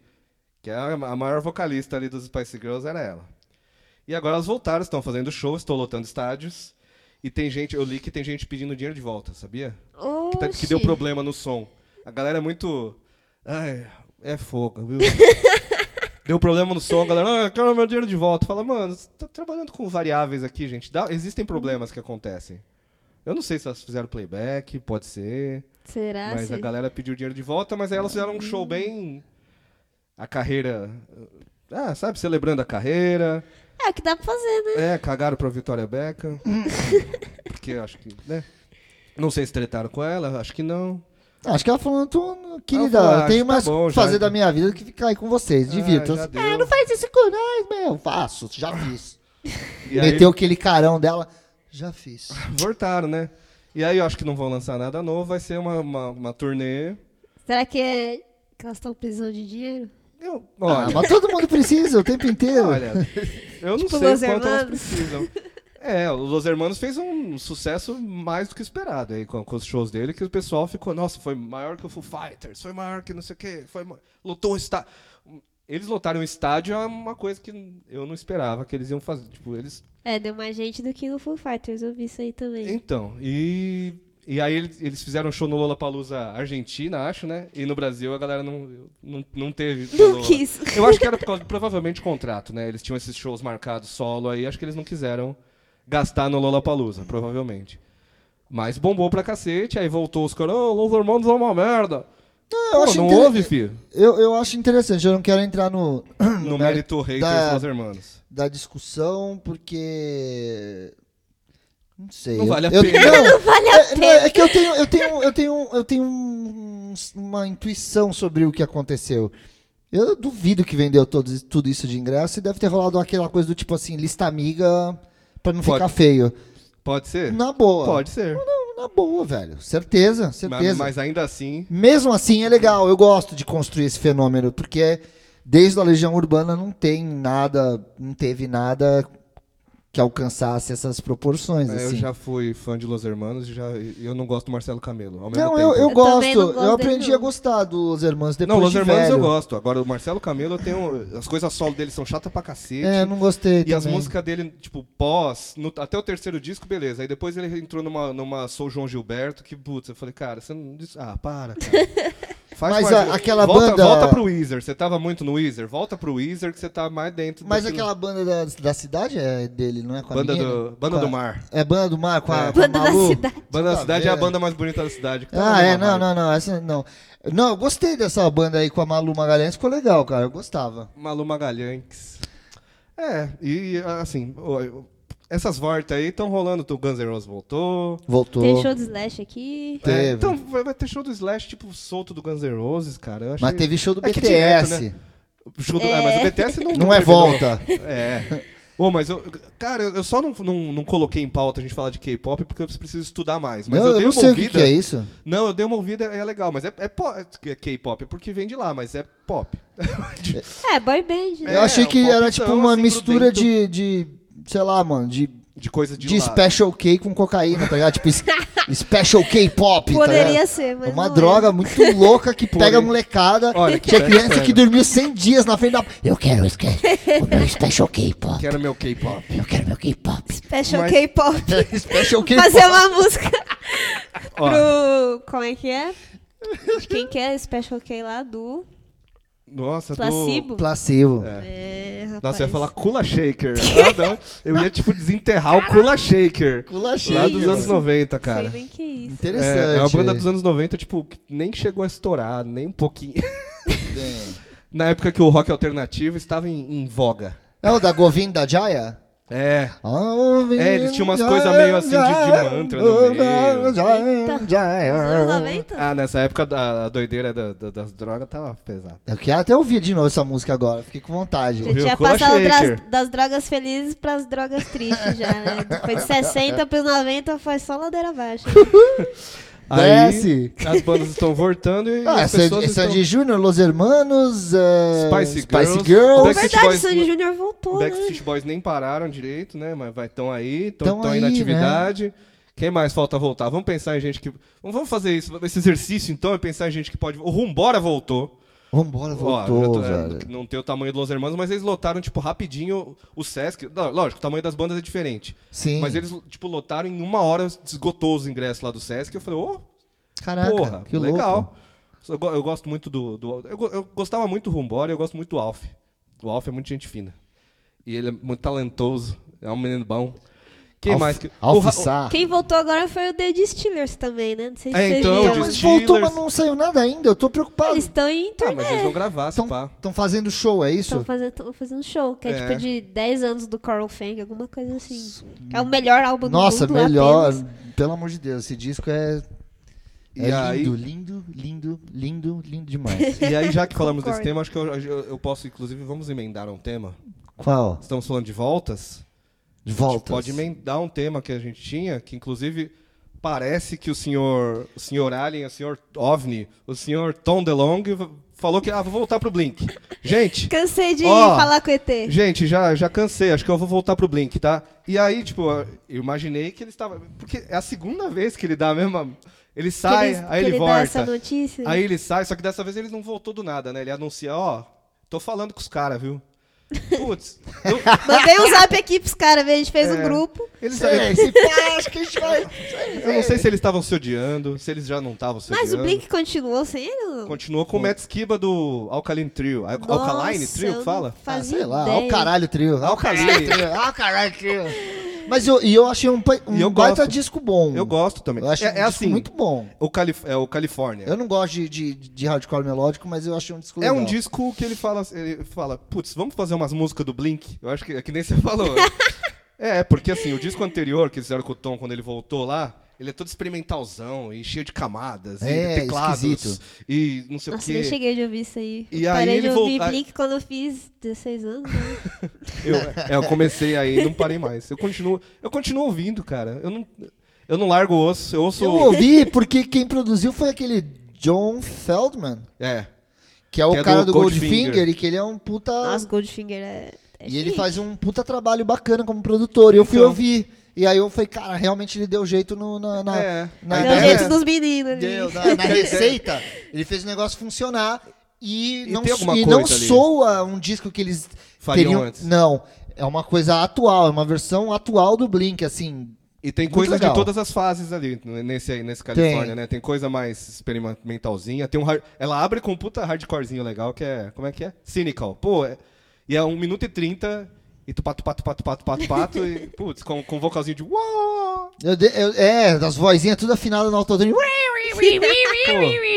B: Que é a a maior vocalista ali dos Spice Girls, era ela. E agora elas voltaram, estão fazendo show, estão lotando estádios. E tem gente, eu li que tem gente pedindo dinheiro de volta, sabia? Que, tá- que deu
D: Oxi.
B: problema no som. A galera é muito. Ai, é fogo, viu? deu problema no som, a galera, ah, eu quero meu dinheiro de volta. Fala, mano, você tá trabalhando com variáveis aqui, gente. Dá- existem problemas que acontecem. Eu não sei se elas fizeram playback, pode ser.
D: Será?
B: Mas a
D: Ah, sim?
B: galera pediu dinheiro de volta, mas aí elas fizeram um show bem. A carreira. Ah, sabe, celebrando a carreira.
D: É o que dá pra fazer, né?
B: É, cagaram pra Vitória Beca. porque acho que, né? Não sei se tretaram com ela, acho que não.
C: Acho que ela falando, tô, querida,
B: Ah, eu acho
C: eu tenho
B: que tá
C: mais
B: bom
C: o que
B: já,
C: fazer
B: então.
C: da minha vida do que ficar aí com vocês. Divirtam.
B: já
C: se
B: deu.
D: É,
C: ah, não faz isso com nós, meu. Faço, já fiz.
B: E aí
C: Meteu aquele carão dela, já fiz.
B: voltaram, né? E aí eu acho que não vão lançar nada novo, vai ser uma, uma, uma turnê.
D: Será que é que elas estão precisando de dinheiro?
B: Eu,
C: Ah,
B: olha,
C: mas todo mundo precisa o tempo inteiro.
B: olha, eu não
D: Tipo
B: sei o
D: Los
B: quanto elas
D: Hermanos.
B: precisam. É, o Los Hermanos fez um sucesso mais do que esperado aí com, com os shows dele, que o pessoal ficou, nossa, foi maior que o Foo Fighters, foi maior que não sei o quê, foi, ma- lotou o estádio. Eles lotaram o estádio é uma coisa que eu não esperava que eles iam fazer. Tipo, eles
D: É, deu mais gente do que no Foo Fighters, eu vi isso aí também.
B: Então, e, e aí eles eles fizeram um show no Lollapalooza Argentina, acho, né? E no Brasil a galera não, não, não teve.
D: Não
B: Lola.
D: quis.
B: Eu acho que era por causa, provavelmente, contrato, né? Eles tinham esses shows marcados solo aí, acho que eles não quiseram gastar no Lollapalooza, provavelmente. Mas bombou pra cacete, aí voltou os caras, oh, Los Hermanos é uma merda.
C: eu
B: Pô,
C: acho
B: não
C: inter-
B: houve, filho.
C: Eu, eu acho interessante, eu não quero entrar no,
B: No mérito haters
C: é, da-
B: Los Hermanos.
C: da discussão, porque. Não sei.
B: Não
C: eu-
B: vale a
C: eu-
B: pena.
C: Não,
D: Vale a
C: é, não,
D: pena.
C: é que eu tenho, eu tenho, eu tenho, eu tenho um- uma intuição sobre o que aconteceu. Eu duvido que vendeu todo, tudo isso de ingresso e deve ter rolado aquela coisa do tipo assim, lista amiga pra não
B: Pode.
C: ficar feio.
B: Pode ser?
C: Na boa.
B: Pode ser.
C: Na boa, velho. Certeza, certeza.
B: Mas, mas ainda assim,
C: Mesmo assim, é legal. Eu gosto de construir esse fenômeno, porque é, desde a Legião Urbana não tem nada, não teve nada que alcançasse essas proporções.
B: É,
C: assim.
B: Eu já fui fã de Los Hermanos e já, e eu não gosto do Marcelo Camelo. Ao mesmo
C: Não,
B: tempo.
C: eu, eu
D: Eu
C: gosto.
D: também não gosto
C: Eu aprendi
D: dele,
C: a
D: não.
C: gostar do Los Hermanos depois
B: Não, Los
C: de
B: Hermanos
C: velho.
B: eu gosto. Agora, o Marcelo Camelo, eu tenho. As coisas solo dele são chatas pra cacete.
C: É, não gostei
B: e
C: também.
B: as músicas dele, tipo, pós, no- até o terceiro disco, beleza. Aí depois ele entrou numa, numa Sou João Gilberto, que, putz, eu falei, cara, você não. diz- Ah, para, cara. Faz
C: Mas
B: mais-
C: a- aquela
B: volta,
C: banda-
B: Volta pro Weezer. Você tava muito no Weezer? Volta pro Weezer que você tá mais dentro.
C: Mas
B: daquilo.
C: aquela banda da, da cidade é dele, não é? Com a
B: Banda,
C: menina?
B: do, banda
C: Com a-
B: do Mar.
C: É Banda do Mar com a,
B: É.
C: com a
D: Banda da
C: Malu.
D: cidade.
B: Banda da
C: Tá
B: Cidade é a
C: vendo?
B: banda mais bonita da cidade. que tá
C: Ah,
B: numa
C: é, não,
B: vibe.
C: não, não, essa não. Não, eu gostei dessa banda aí com a Malu Magalhães, ficou legal, cara, eu gostava.
B: Malu Magalhães. É, e assim, o- o- essas voltas aí estão rolando. O Guns N' Roses voltou.
C: Voltou.
D: Tem show de Slash aqui.
B: É,
C: Teve.
B: então, vai vai ter show do Slash, tipo, solto do Guns N' Roses, cara. Eu achei...
C: Mas teve show do
B: É que direto,
C: BTS.
B: né? Show do- ah, mas o BTS não...
C: Não é
B: terminou.
C: volta.
B: É. Ô, mas eu... Cara, eu só não, não, não coloquei em pauta a gente falar de K-pop porque eu preciso estudar mais. Mas
C: eu, eu
B: dei
C: não
B: uma
C: sei o que,
B: ouvida...
C: que é isso.
B: Não, eu dei uma ouvida, é legal. Mas é, é, po- é K-pop, é porque vem de lá, mas é pop.
D: É, boy band, né?
C: eu achei
B: um
C: que era tipo
B: palpitão,
C: uma
B: assim,
C: mistura
B: grudento.
C: de, de, sei lá, mano, de,
B: De um coisa de,
C: de
B: lá.
C: special K com cocaína, tá ligado? Tipo, es- special K-pop, tá
D: Poderia
C: ligado?
D: ser, mas
C: Uma
D: não é.
C: droga muito louca que pega a
B: Porém.
C: molecada.
B: Olha, que
C: Tinha criança
B: bacana.
C: que dormiu 100 dias na frente da... Eu quero isso, quero o meu special K-pop.
B: Quero meu K-pop.
C: Eu quero meu K-pop.
D: Special
B: É, Mas- É
D: K-pop.
C: special
D: Fazer
C: K-pop.
D: uma música
B: Ó.
D: pro... Como é que é? De Quem que é? Special K lá do...
B: Nossa,
D: Placebo.
C: Placebo.
D: É,
B: do...
D: rapaz.
B: Nossa, eu ia falar Kula Shaker. Ah, não. Eu ia, tipo, desenterrar o Kula Shaker.
C: Culachei,
B: Lá dos
C: mano.
B: anos 90, cara.
D: Sei bem que é isso.
C: Interessante.
B: É, é uma banda dos anos 90, tipo, que nem chegou a estourar, nem um pouquinho.
C: É.
B: Na época que o rock alternativo estava em, em voga.
C: É o da Govinda da Jaya?
B: É.
C: É,
B: eles tinham umas coisas meio assim de- de mantra no meio.
D: Anos 90?
B: Ah, nessa época a a doideira da- da- das drogas tava pesada.
C: Eu quero até ouvir de novo essa música agora, fiquei com vontade.
D: A gente
B: Viu?
D: já
B: Cola
D: passado
B: shaker.
D: das, das drogas felizes pras drogas tristes já, né? Foi de 60 pros 90, foi só ladeira abaixo.
C: Desce!
B: Aí, as bandas estão voltando e
C: Ah,
B: as
C: Sandy,
B: pessoas estão...
C: Sandy Júnior, Los Hermanos, eh,
B: Spice Girls.
D: Na
B: Backstreet
D: verdade,
B: Boys-
D: Sandy Júnior voltou, né?
B: Backstreet Boys nem pararam direito, né? Mas estão aí,
C: Tão
B: estão aí na
C: aí, né?
B: atividade. Quem mais falta voltar? Vamos pensar em gente que... Vamos vamos fazer isso, esse exercício então, é pensar em gente que pode... O Rumbora voltou.
C: Vambora,
B: Ó,
C: voltou,
B: eu tô- é,
C: velho.
B: não tem o tamanho dos Los Hermanos, mas eles lotaram, tipo, rapidinho o Sesc. Não, Lógico, o tamanho das bandas é diferente.
C: Sim.
B: Mas eles, tipo, lotaram em uma hora, esgotou os ingressos lá do Sesc. Eu falei, ô,
C: Caraca,
B: porra,
C: que louco.
B: legal. Eu, go- eu gosto muito do. do- eu, go- eu gostava muito do Rumbora e eu gosto muito do Alf. O Alf é muito gente fina. E ele é muito talentoso. É um menino bom. Quem
C: Alf-
B: mais? que- o
C: Alf
B: Ra- o-
C: Sá.
D: Quem voltou agora foi o The Distillers também, né? Não sei se
B: É,
D: vocês
B: então,
D: viram.
B: o
C: Mas
B: Steelers.
C: voltou, mas não saiu nada ainda, eu tô preocupado.
D: Eles estão em
B: Ah, mas eles
D: turnê.
B: vão gravar,
C: Então-
B: se pá.
C: Estão fazendo show, é
D: Estão
C: isso?
D: fazendo, tão fazendo show, que é,
B: É.
D: tipo de 10 anos do Coral Fang, alguma coisa assim. É o melhor álbum
C: Nossa,
D: do mundo.
C: melhor.
D: apenas.
C: Pelo amor de Deus, esse disco é,
B: E
C: é
B: aí-
C: lindo, lindo, lindo, lindo, lindo demais.
B: E aí, já que falamos desse
D: Concordo.
B: tema, acho que eu, eu- eu posso, inclusive, vamos emendar um tema.
C: Qual?
B: Estamos falando de voltas.
C: De
B: A gente
C: volta.
B: Pode emendar um tema que a gente tinha, que inclusive parece que o senhor, o senhor Alien, o senhor OVNI, o senhor Tom DeLong falou que ah, vou voltar pro Blink. Gente,
D: Cansei de
B: Ó.
D: falar com o ET.
B: Gente, já, já cansei, acho que eu vou voltar pro Blink, tá? E aí, tipo, eu imaginei que ele estava. Porque é a segunda vez que ele dá a mesma. Ele sai,
D: que ele,
B: aí
D: que
B: ele,
D: dá
B: volta.
D: essa notícia.
B: Aí ele sai, só que dessa vez ele não voltou do nada, né? Ele anuncia, ó, tô falando com os caras, viu? Putz, eu-
D: Mandei um zap aqui pros caras, a gente fez um
B: É.
D: grupo.
B: eles-
C: É, esse pá, acho que a gente vai.
B: eu não sei se eles estavam se odiando, se eles já não estavam se
D: Mas o
B: odiando.
D: Blink continuou sem ele? ou não?
B: Continuou com o Matt Skiba do Alkaline Trio. Al- Alkaline
D: Nossa,
B: Trio,
D: eu
B: que
D: não
B: fala?
C: Ah,
D: Fazia
C: sei lá,
D: ideia.
C: ao caralho o trio. Ao caralho
B: Alcaline.
C: o trio. Ao caralho o trio. Mas eu, e eu achei um, pa- um
B: E eu
C: baita
B: gosto.
C: disco bom.
B: Eu gosto também.
C: Eu acho
B: é,
C: um
B: é
C: disco
B: assim,
C: muito bom.
B: o, Calif é, o Califórnia.
C: Eu não gosto de, de, de hardcore melódico, mas eu achei um disco
B: É
C: legal.
B: um disco que ele fala, ele fala, putz, vamos fazer umas músicas do Blink? Eu acho que é que nem você falou. é, porque assim, o disco anterior que eles fizeram com o Tom quando ele voltou lá, ele é todo experimentalzão e cheio de camadas
C: É,
B: e teclados
C: esquisito.
B: e não sei
D: Nossa,
B: o
D: é nem
B: quê.
D: cheguei de ouvir isso aí.
B: E
D: Eu
B: aí
D: Parei
B: ele
D: de ouvir
B: volta-
D: Blink quando eu fiz 16 anos. né?
B: Eu, é, eu comecei aí, não parei mais. Eu continuo, eu continuo ouvindo, cara. Eu não, eu não largo o osso, eu ouço.
C: Eu ouvi porque quem produziu foi aquele John Feldman,
B: É.
C: que é o
B: Que é
C: cara
B: do
C: do, Goldfinger,
B: Goldfinger,
C: e que ele é um puta.
D: Nossa, Goldfinger é. é
C: e ele
D: chique.
C: faz um puta trabalho bacana como produtor. E eu fui
B: Então.
C: ouvir. E aí eu falei, cara, realmente ele deu jeito no, na, na,
B: É.
C: na
D: Deu
B: ideia-
D: jeito dos meninos. ali.
C: Deu, na, na receita, ele fez o negócio funcionar e,
B: E
C: não,
B: tem
C: so-
B: alguma
C: e
B: coisa
C: não
B: ali?
C: soa um disco que eles
B: Fariam
C: teriam.
B: antes.
C: Não, é uma coisa atual, é uma versão atual do Blink, assim.
B: E tem
C: Muito
B: coisas de
C: legal.
B: todas as fases ali, n- nesse aí, nesse Califórnia, né? Tem coisa mais experimentalzinha. Tem um hard... Ela abre com um puta hardcorezinho legal, que é. Como é que é? Cynical. Pô, é... e é 1 minuto e 30 e tu pato, pato, pato, pato, pato, pato, e putz, com, com um vocalzinho de. uó.
C: Eu de- eu- é, das vozinhas tudo afinada no autotune.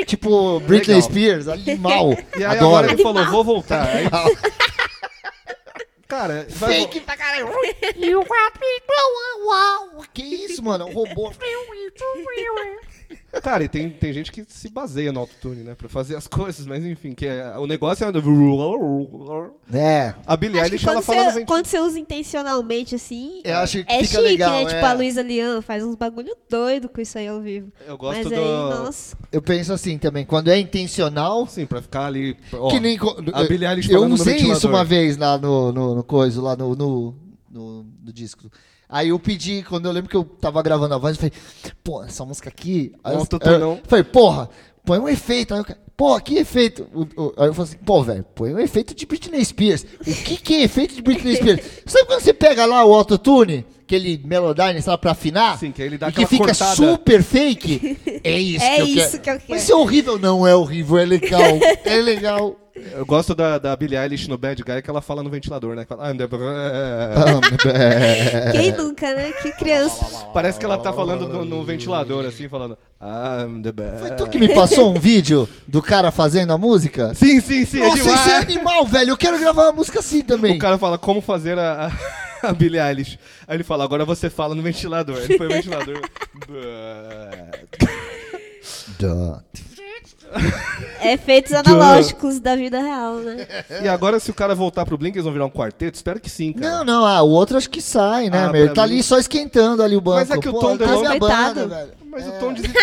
C: Tipo Britney
B: Legal.
C: Spears, animal.
B: E aí
C: Adoro.
B: agora ele falou, vou voltar. Aí... Cara, vai vo-
C: Fake pra caralho. E o uau, uau. Que isso, mano? Um robô.
B: Cara, e tem, tem gente que se baseia no autotune, né? Pra fazer as coisas, mas enfim, que é, o negócio é.
C: É.
B: A Billie
D: Acho que
B: Eilish, ela
D: quando,
B: fala no
D: você,
B: venti-
D: quando você usa intencionalmente, assim,
C: Eu acho que
D: é
C: fica
D: chique,
C: legal,
D: né?
C: é.
D: Tipo, a Luísa Leão faz uns bagulho doido com isso aí ao vivo.
B: Eu gosto
D: Mas
B: do.
D: aí, nossa,
C: Eu penso assim também, quando é intencional.
B: Sim, pra ficar ali. ó,
C: que nem. co-
B: a Billie Eilish
C: eu
B: falando no
C: usei isso
B: ventilador.
C: uma vez lá no, no, no coisa, lá no, no, no, no disco. Aí eu pedi, quando eu lembro que eu tava gravando a voz, eu falei, pô, essa música aqui. Aí eu-
B: Um autotunão.
C: eu falei, porra, põe um efeito. Aí eu, ca- pô, que efeito? O- o- Aí eu falei assim, pô, velho, põe um efeito de Britney Spears. O que, que é efeito de Britney Spears? Sabe quando você pega lá o autotune? Aquele Melodyne, sabe, pra afinar?
B: Sim, que aí ele dá
C: e que
B: aquela
C: fica
B: cortada.
C: super fake? É isso
D: É
C: que eu
D: isso
C: quero.
D: que eu quero.
C: Mas isso é horrível. Não é horrível, é legal. é legal.
B: Eu gosto da, da Billie Eilish no Bad Guy que ela fala no ventilador, né? Que fala, "I'm the-" Ah, É.
D: quem nunca, né? Que criança.
B: Parece que ela tá falando no, no ventilador, assim, falando. I'm the bad.
C: Foi tu que me passou um vídeo do cara fazendo a música?
B: Sim, sim, sim, é
C: Nossa,
B: demais.
C: isso é animal, velho. Eu quero gravar uma música assim também.
B: O cara fala como fazer a, a, a Billie Eilish. Aí ele fala, agora você fala no ventilador. Ele foi no ventilador.
C: Dó.
D: Efeitos analógicos da vida real, né?
B: e agora, se o cara voltar pro Blink, eles vão virar um quarteto? Espero que sim, cara.
C: Não, não, ah, o outro acho que sai, né,
B: Ah,
C: meu?
B: pra
C: Tá
B: mim-
C: ali só esquentando ali o banco.
B: Mas é que o
C: Pô,
B: Tom
C: tá
B: DeLonge-
C: minha
D: Coitado.
C: banda, velho.
B: Mas
C: É.
B: o Tom desiste.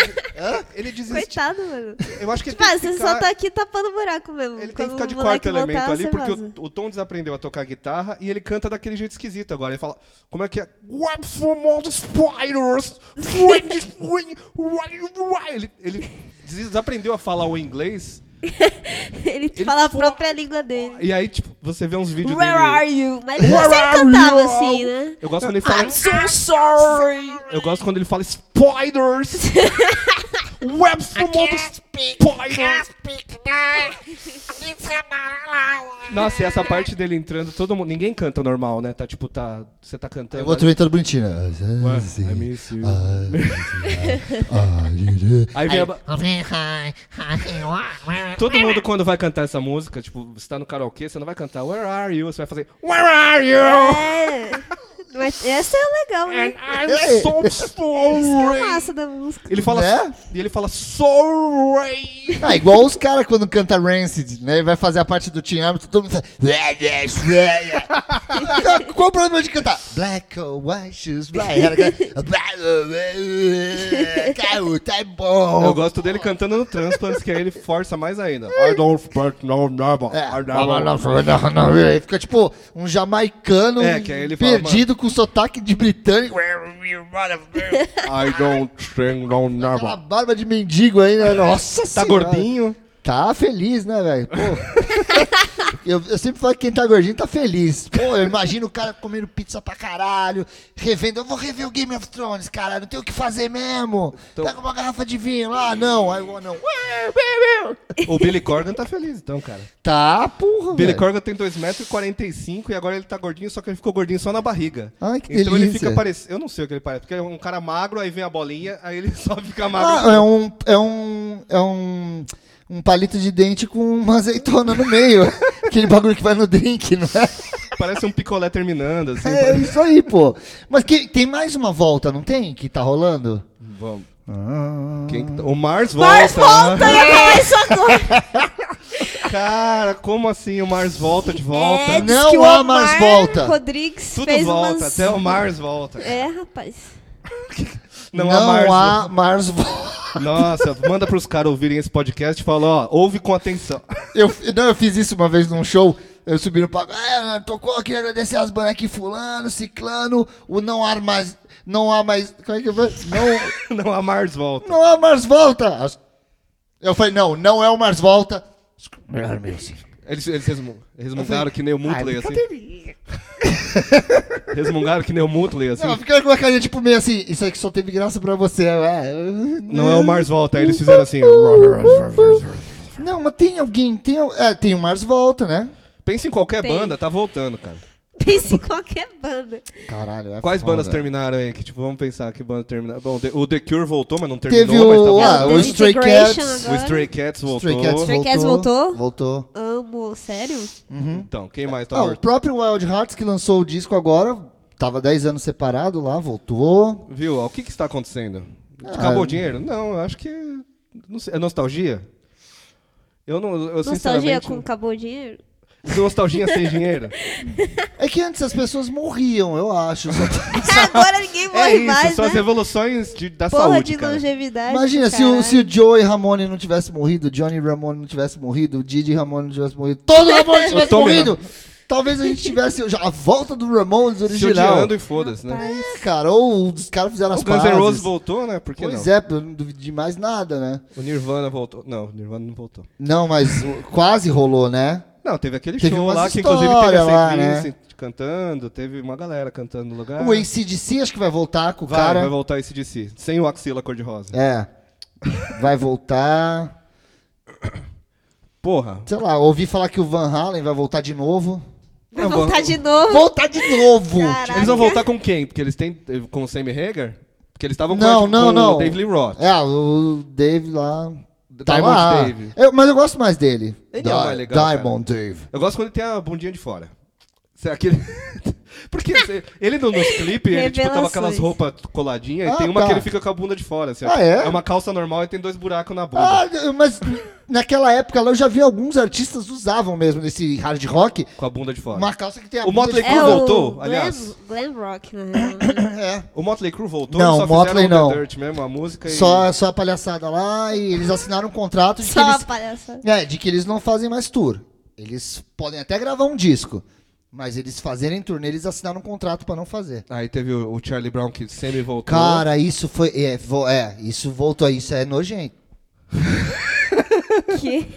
B: Ele desiste.
D: Coitado, mano.
B: Eu acho que ele
D: Tipo, ah,
B: tem que
D: você
B: ficar-
D: só tá aqui tapando buraco mesmo.
B: Ele tem
D: Quando
B: que ficar de
D: o moleque
B: quarto elemento
D: voltar,
B: ali,
D: você
B: porque
D: vaza.
B: o, o Tom desaprendeu a tocar guitarra e ele canta daquele jeito esquisito agora. Ele fala, como é que é? Web for more spiders! Wing, wing, wing, wing." Ele, ele desaprendeu a falar o inglês
D: Ele,
B: ele
D: fala a
B: foi-
D: própria língua dele.
B: e aí, tipo, você vê uns vídeos
D: Where
B: dele...
D: are you? Mas ele sempre cantava assim, né?
B: Eu gosto quando ele fala...
A: So sorry.
B: Eu gosto quando ele fala spiders! Web for more spiders! Nossa, e essa parte dele entrando, todo mundo... Ninguém canta normal, né? Tá, tipo, tá... Você tá cantando...
C: O outro vem todo bonitinho. né?
B: Ué, é
C: Ah, sim.
B: I miss you.
C: Ah, lirê.
B: Aí vem a... ba- Todo mundo quando vai cantar essa música, tipo, você tá no karaokê, você não vai cantar Where Are You? Você vai fazer Where Are You?
D: É. Mas essa é o legal, né?
B: I'm so
D: Isso que é
B: sorry.
D: massa da música.
B: Ele fala,
C: Né?
B: e ele fala sorry.
C: Ah, igual os caras quando canta Rancid, né? Vai fazer a parte do Tim Armstrong, todo mundo fala... Qual o problema de cantar? Black or white shoes, black... Cara, tá
B: Eu
C: bom.
B: gosto dele cantando no Transplants, que aí ele força mais ainda. I don't expect no never.
C: É,
B: I never.
C: Fica tipo um jamaicano
B: É, que aí ele fala,
C: perdido com sotaque de britânico.
B: Tá I don't sing no
C: Aquela
B: never.
C: barba de mendigo aí, né? Nossa
B: Tá
C: senhora.
B: gordinho.
C: Tá feliz, né, velho? Pô. Eu, eu sempre falo que quem tá gordinho tá feliz. Pô, eu imagino o cara comendo pizza pra caralho, revendo. Eu vou rever o Game of Thrones, cara, não tem o que fazer mesmo.
B: Então-
C: Pega uma garrafa de vinho lá, não, aí eu não.
B: O Billy Corgan tá feliz então, cara.
C: Tá, porra.
B: Billy
C: velho.
B: Corgan tem 2,45m e agora ele tá gordinho, só que ele ficou gordinho só na barriga.
C: Ai, que
B: então ele
C: delícia.
B: fica parecendo. Eu não sei o que ele parece, porque ele é um cara magro, aí vem a bolinha, aí ele só fica magro.
C: Ah, é um. É um. É um. Um palito de dente com uma azeitona no meio. Aquele bagulho que vai no drink, não é?
B: Parece um picolé terminando, assim.
C: É isso aí, pô. Mas que- tem mais uma volta, não tem? Que tá rolando?
B: Vamos.
C: Ah.
B: Quem que tá- O Mars volta.
D: Mars volta, eu
B: né?
D: ia falar isso agora.
B: Cara, como assim o Mars volta de volta?
D: É, diz
C: Não
D: que o
C: há
D: Omar
C: mais volta.
D: Rodrigues
B: Tudo
D: fez
B: volta,
D: umas...
B: até o Mars volta.
D: É, rapaz.
B: Não, há Mars. né?
C: há Mars volta.
B: Nossa, manda pros caras ouvirem esse podcast e fala, ó, ouve com atenção.
C: Eu, não, eu fiz isso uma vez num show. Eu subi no palco. Ah, tocou, queria agradecer as bandas aqui, fulano, ciclano, o não há mais. Não há mais. Como é que foi? Não.
B: Não há Mars volta.
C: Não é o Mars Volta! As- Eu falei, não, não é o Mars Volta.
B: Eles, eles resmu- resmungaram que nem o Mutley, assim. Resmungaram que nem o Mutley, assim.
C: Não, fica com a carinha tipo meio assim, isso aqui só teve graça pra você. é.
B: Não é o Mars Volta, aí eles fizeram assim.
C: Não, mas tem alguém, tem, al- é, tem o Mars Volta, né?
B: Pensa em qualquer
D: Tem.
B: banda, tá voltando, cara.
D: Pense em qualquer banda.
C: Caralho, é
B: Quais
C: foda.
B: bandas terminaram aí? Que, tipo, vamos pensar que banda terminou. Bom, The- o The Cure voltou, mas não terminou,
C: Teve
B: mas tá
C: o,
B: voltando.
C: ah, o
D: Teve
C: Stray
D: Integration
C: Cats.
D: agora.
B: O Stray Cats voltou.
C: Stray Cats
D: Stray Cats
C: voltou.
D: voltou?
C: Voltou.
D: Amo Uau, sério?
B: Então, quem mais tá
C: Ah, o
B: morto?
C: próprio Wild Hearts que lançou o disco agora, tava 10 anos separado lá, voltou.
B: Viu? O que que está acontecendo?
C: Ah, é.
B: Acabou o dinheiro? Não, eu acho que... não sei, é nostalgia? Eu não... Eu,
D: Nostalgia
B: sinceramente,
D: com acabou o dinheiro?
B: Nostalgia sem dinheiro?
C: É que antes as pessoas morriam, eu acho. Só-
D: Agora ninguém morre
B: é isso,
D: mais,
B: são
D: né?
B: as revoluções de- da
D: Porra
B: saúde,
D: de
B: cara.
D: longevidade.
C: Imagina se o,
D: caralho.
C: se o Joey Ramone não tivesse morrido, o Johnny Ramone não tivesse morrido, o Didi Ramone não tivesse morrido, todo Ramone tivesse
B: Tommy
C: morrido. Talvez a gente tivesse já a volta do Ramones
B: Se
C: original.
B: odiando e foda-se, né?
C: É, cara, ou os caras fizeram as
B: O Guns N' Roses
C: pazes.
B: voltou, né? Por que
C: Pois
B: não?
C: é, eu não duvido de mais nada, né?
B: O Nirvana voltou. Não, o Nirvana não voltou.
C: Não, mas o- quase rolou, né?
B: Não, teve aquele
C: Teve
B: show
C: umas
B: lá que inclusive teve
C: histórias
B: a
C: lá,
B: St.
C: né?
B: Vincent cantando, teve uma galera cantando no lugar.
C: O ACDC acho que vai voltar com o
B: É. vai,
C: cara.
B: vai voltar esse DC, sem o axila cor-de-rosa.
C: É. Vai voltar.
B: Porra.
C: Sei lá, ouvi falar que o Van Halen vai voltar de novo.
D: Vai
B: Não,
D: voltar
B: vamos-
D: de novo.
C: Voltar de novo!
D: Caraca.
B: Eles vão voltar com quem? Porque eles têm. Com o Sammy Hagar? Porque eles estavam com,
C: Não,
B: com
C: não, não.
B: o David Lee Roth.
C: É, o Dave lá. Tá
B: Diamond
C: lá.
B: Dave.
C: Eu- mas eu gosto mais dele.
B: Ele é o mais legal, cara.
C: Diamond Dave.
B: Eu gosto quando ele tem a bundinha de fora. Será que ele. Porque você- ele no, nos clipes, ele tipo, tava com aquelas
D: Revelações.
B: roupas coladinhas
C: Ah,
B: e tem uma
C: tá.
B: que ele fica com a bunda de fora. Assim, ó.
C: Ah, é?
B: é uma calça normal e tem dois buracos na bunda.
C: Ah, mas naquela época lá eu já vi alguns artistas usavam mesmo nesse hard rock
B: Com a bunda de fora.
C: uma calça que tem a
B: O
C: bunda
B: Motley
C: de
B: Crue
C: fora.
B: voltou,
D: É glam,
B: aliás.
D: Glam Rock, né? na real.
C: É.
B: O Motley Crue voltou,
C: Não,
B: só
C: Motley
B: fizeram
C: não.
B: o The Dirt mesmo, a música
C: Só,
B: e...
C: só a palhaçada lá e eles assinaram um contrato de que
D: Só uma
C: eles
D: palhaçada.
C: É, de que eles não fazem mais tour. Eles podem até gravar um disco, mas eles fazerem turnê, eles assinaram um contrato pra não fazer.
B: Aí teve o, o Charlie Brown que semi voltou.
C: Cara, isso foi. É, vo- é, isso voltou a isso, é nojento.
D: Que?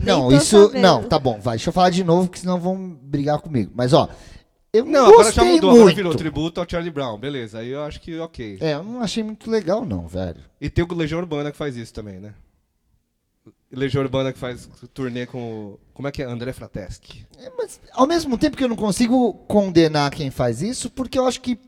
C: Não,
D: tô
C: isso.
D: sabendo.
C: Não, tá bom, vai. Deixa eu falar de novo, porque senão vão brigar comigo. Mas ó, eu
B: Não,
C: não
B: agora
C: gostei
B: já mudou,
C: muito.
B: agora virou tributo ao Charlie Brown, beleza. Aí eu acho que ok.
C: É, eu não achei muito legal, não, velho.
B: E tem o Legião Urbana que faz isso também, né? Legião Urbana que faz turnê com o... Como é que é? André Frateschi.
C: É, mas ao mesmo tempo que eu não consigo condenar quem faz isso, porque eu acho que.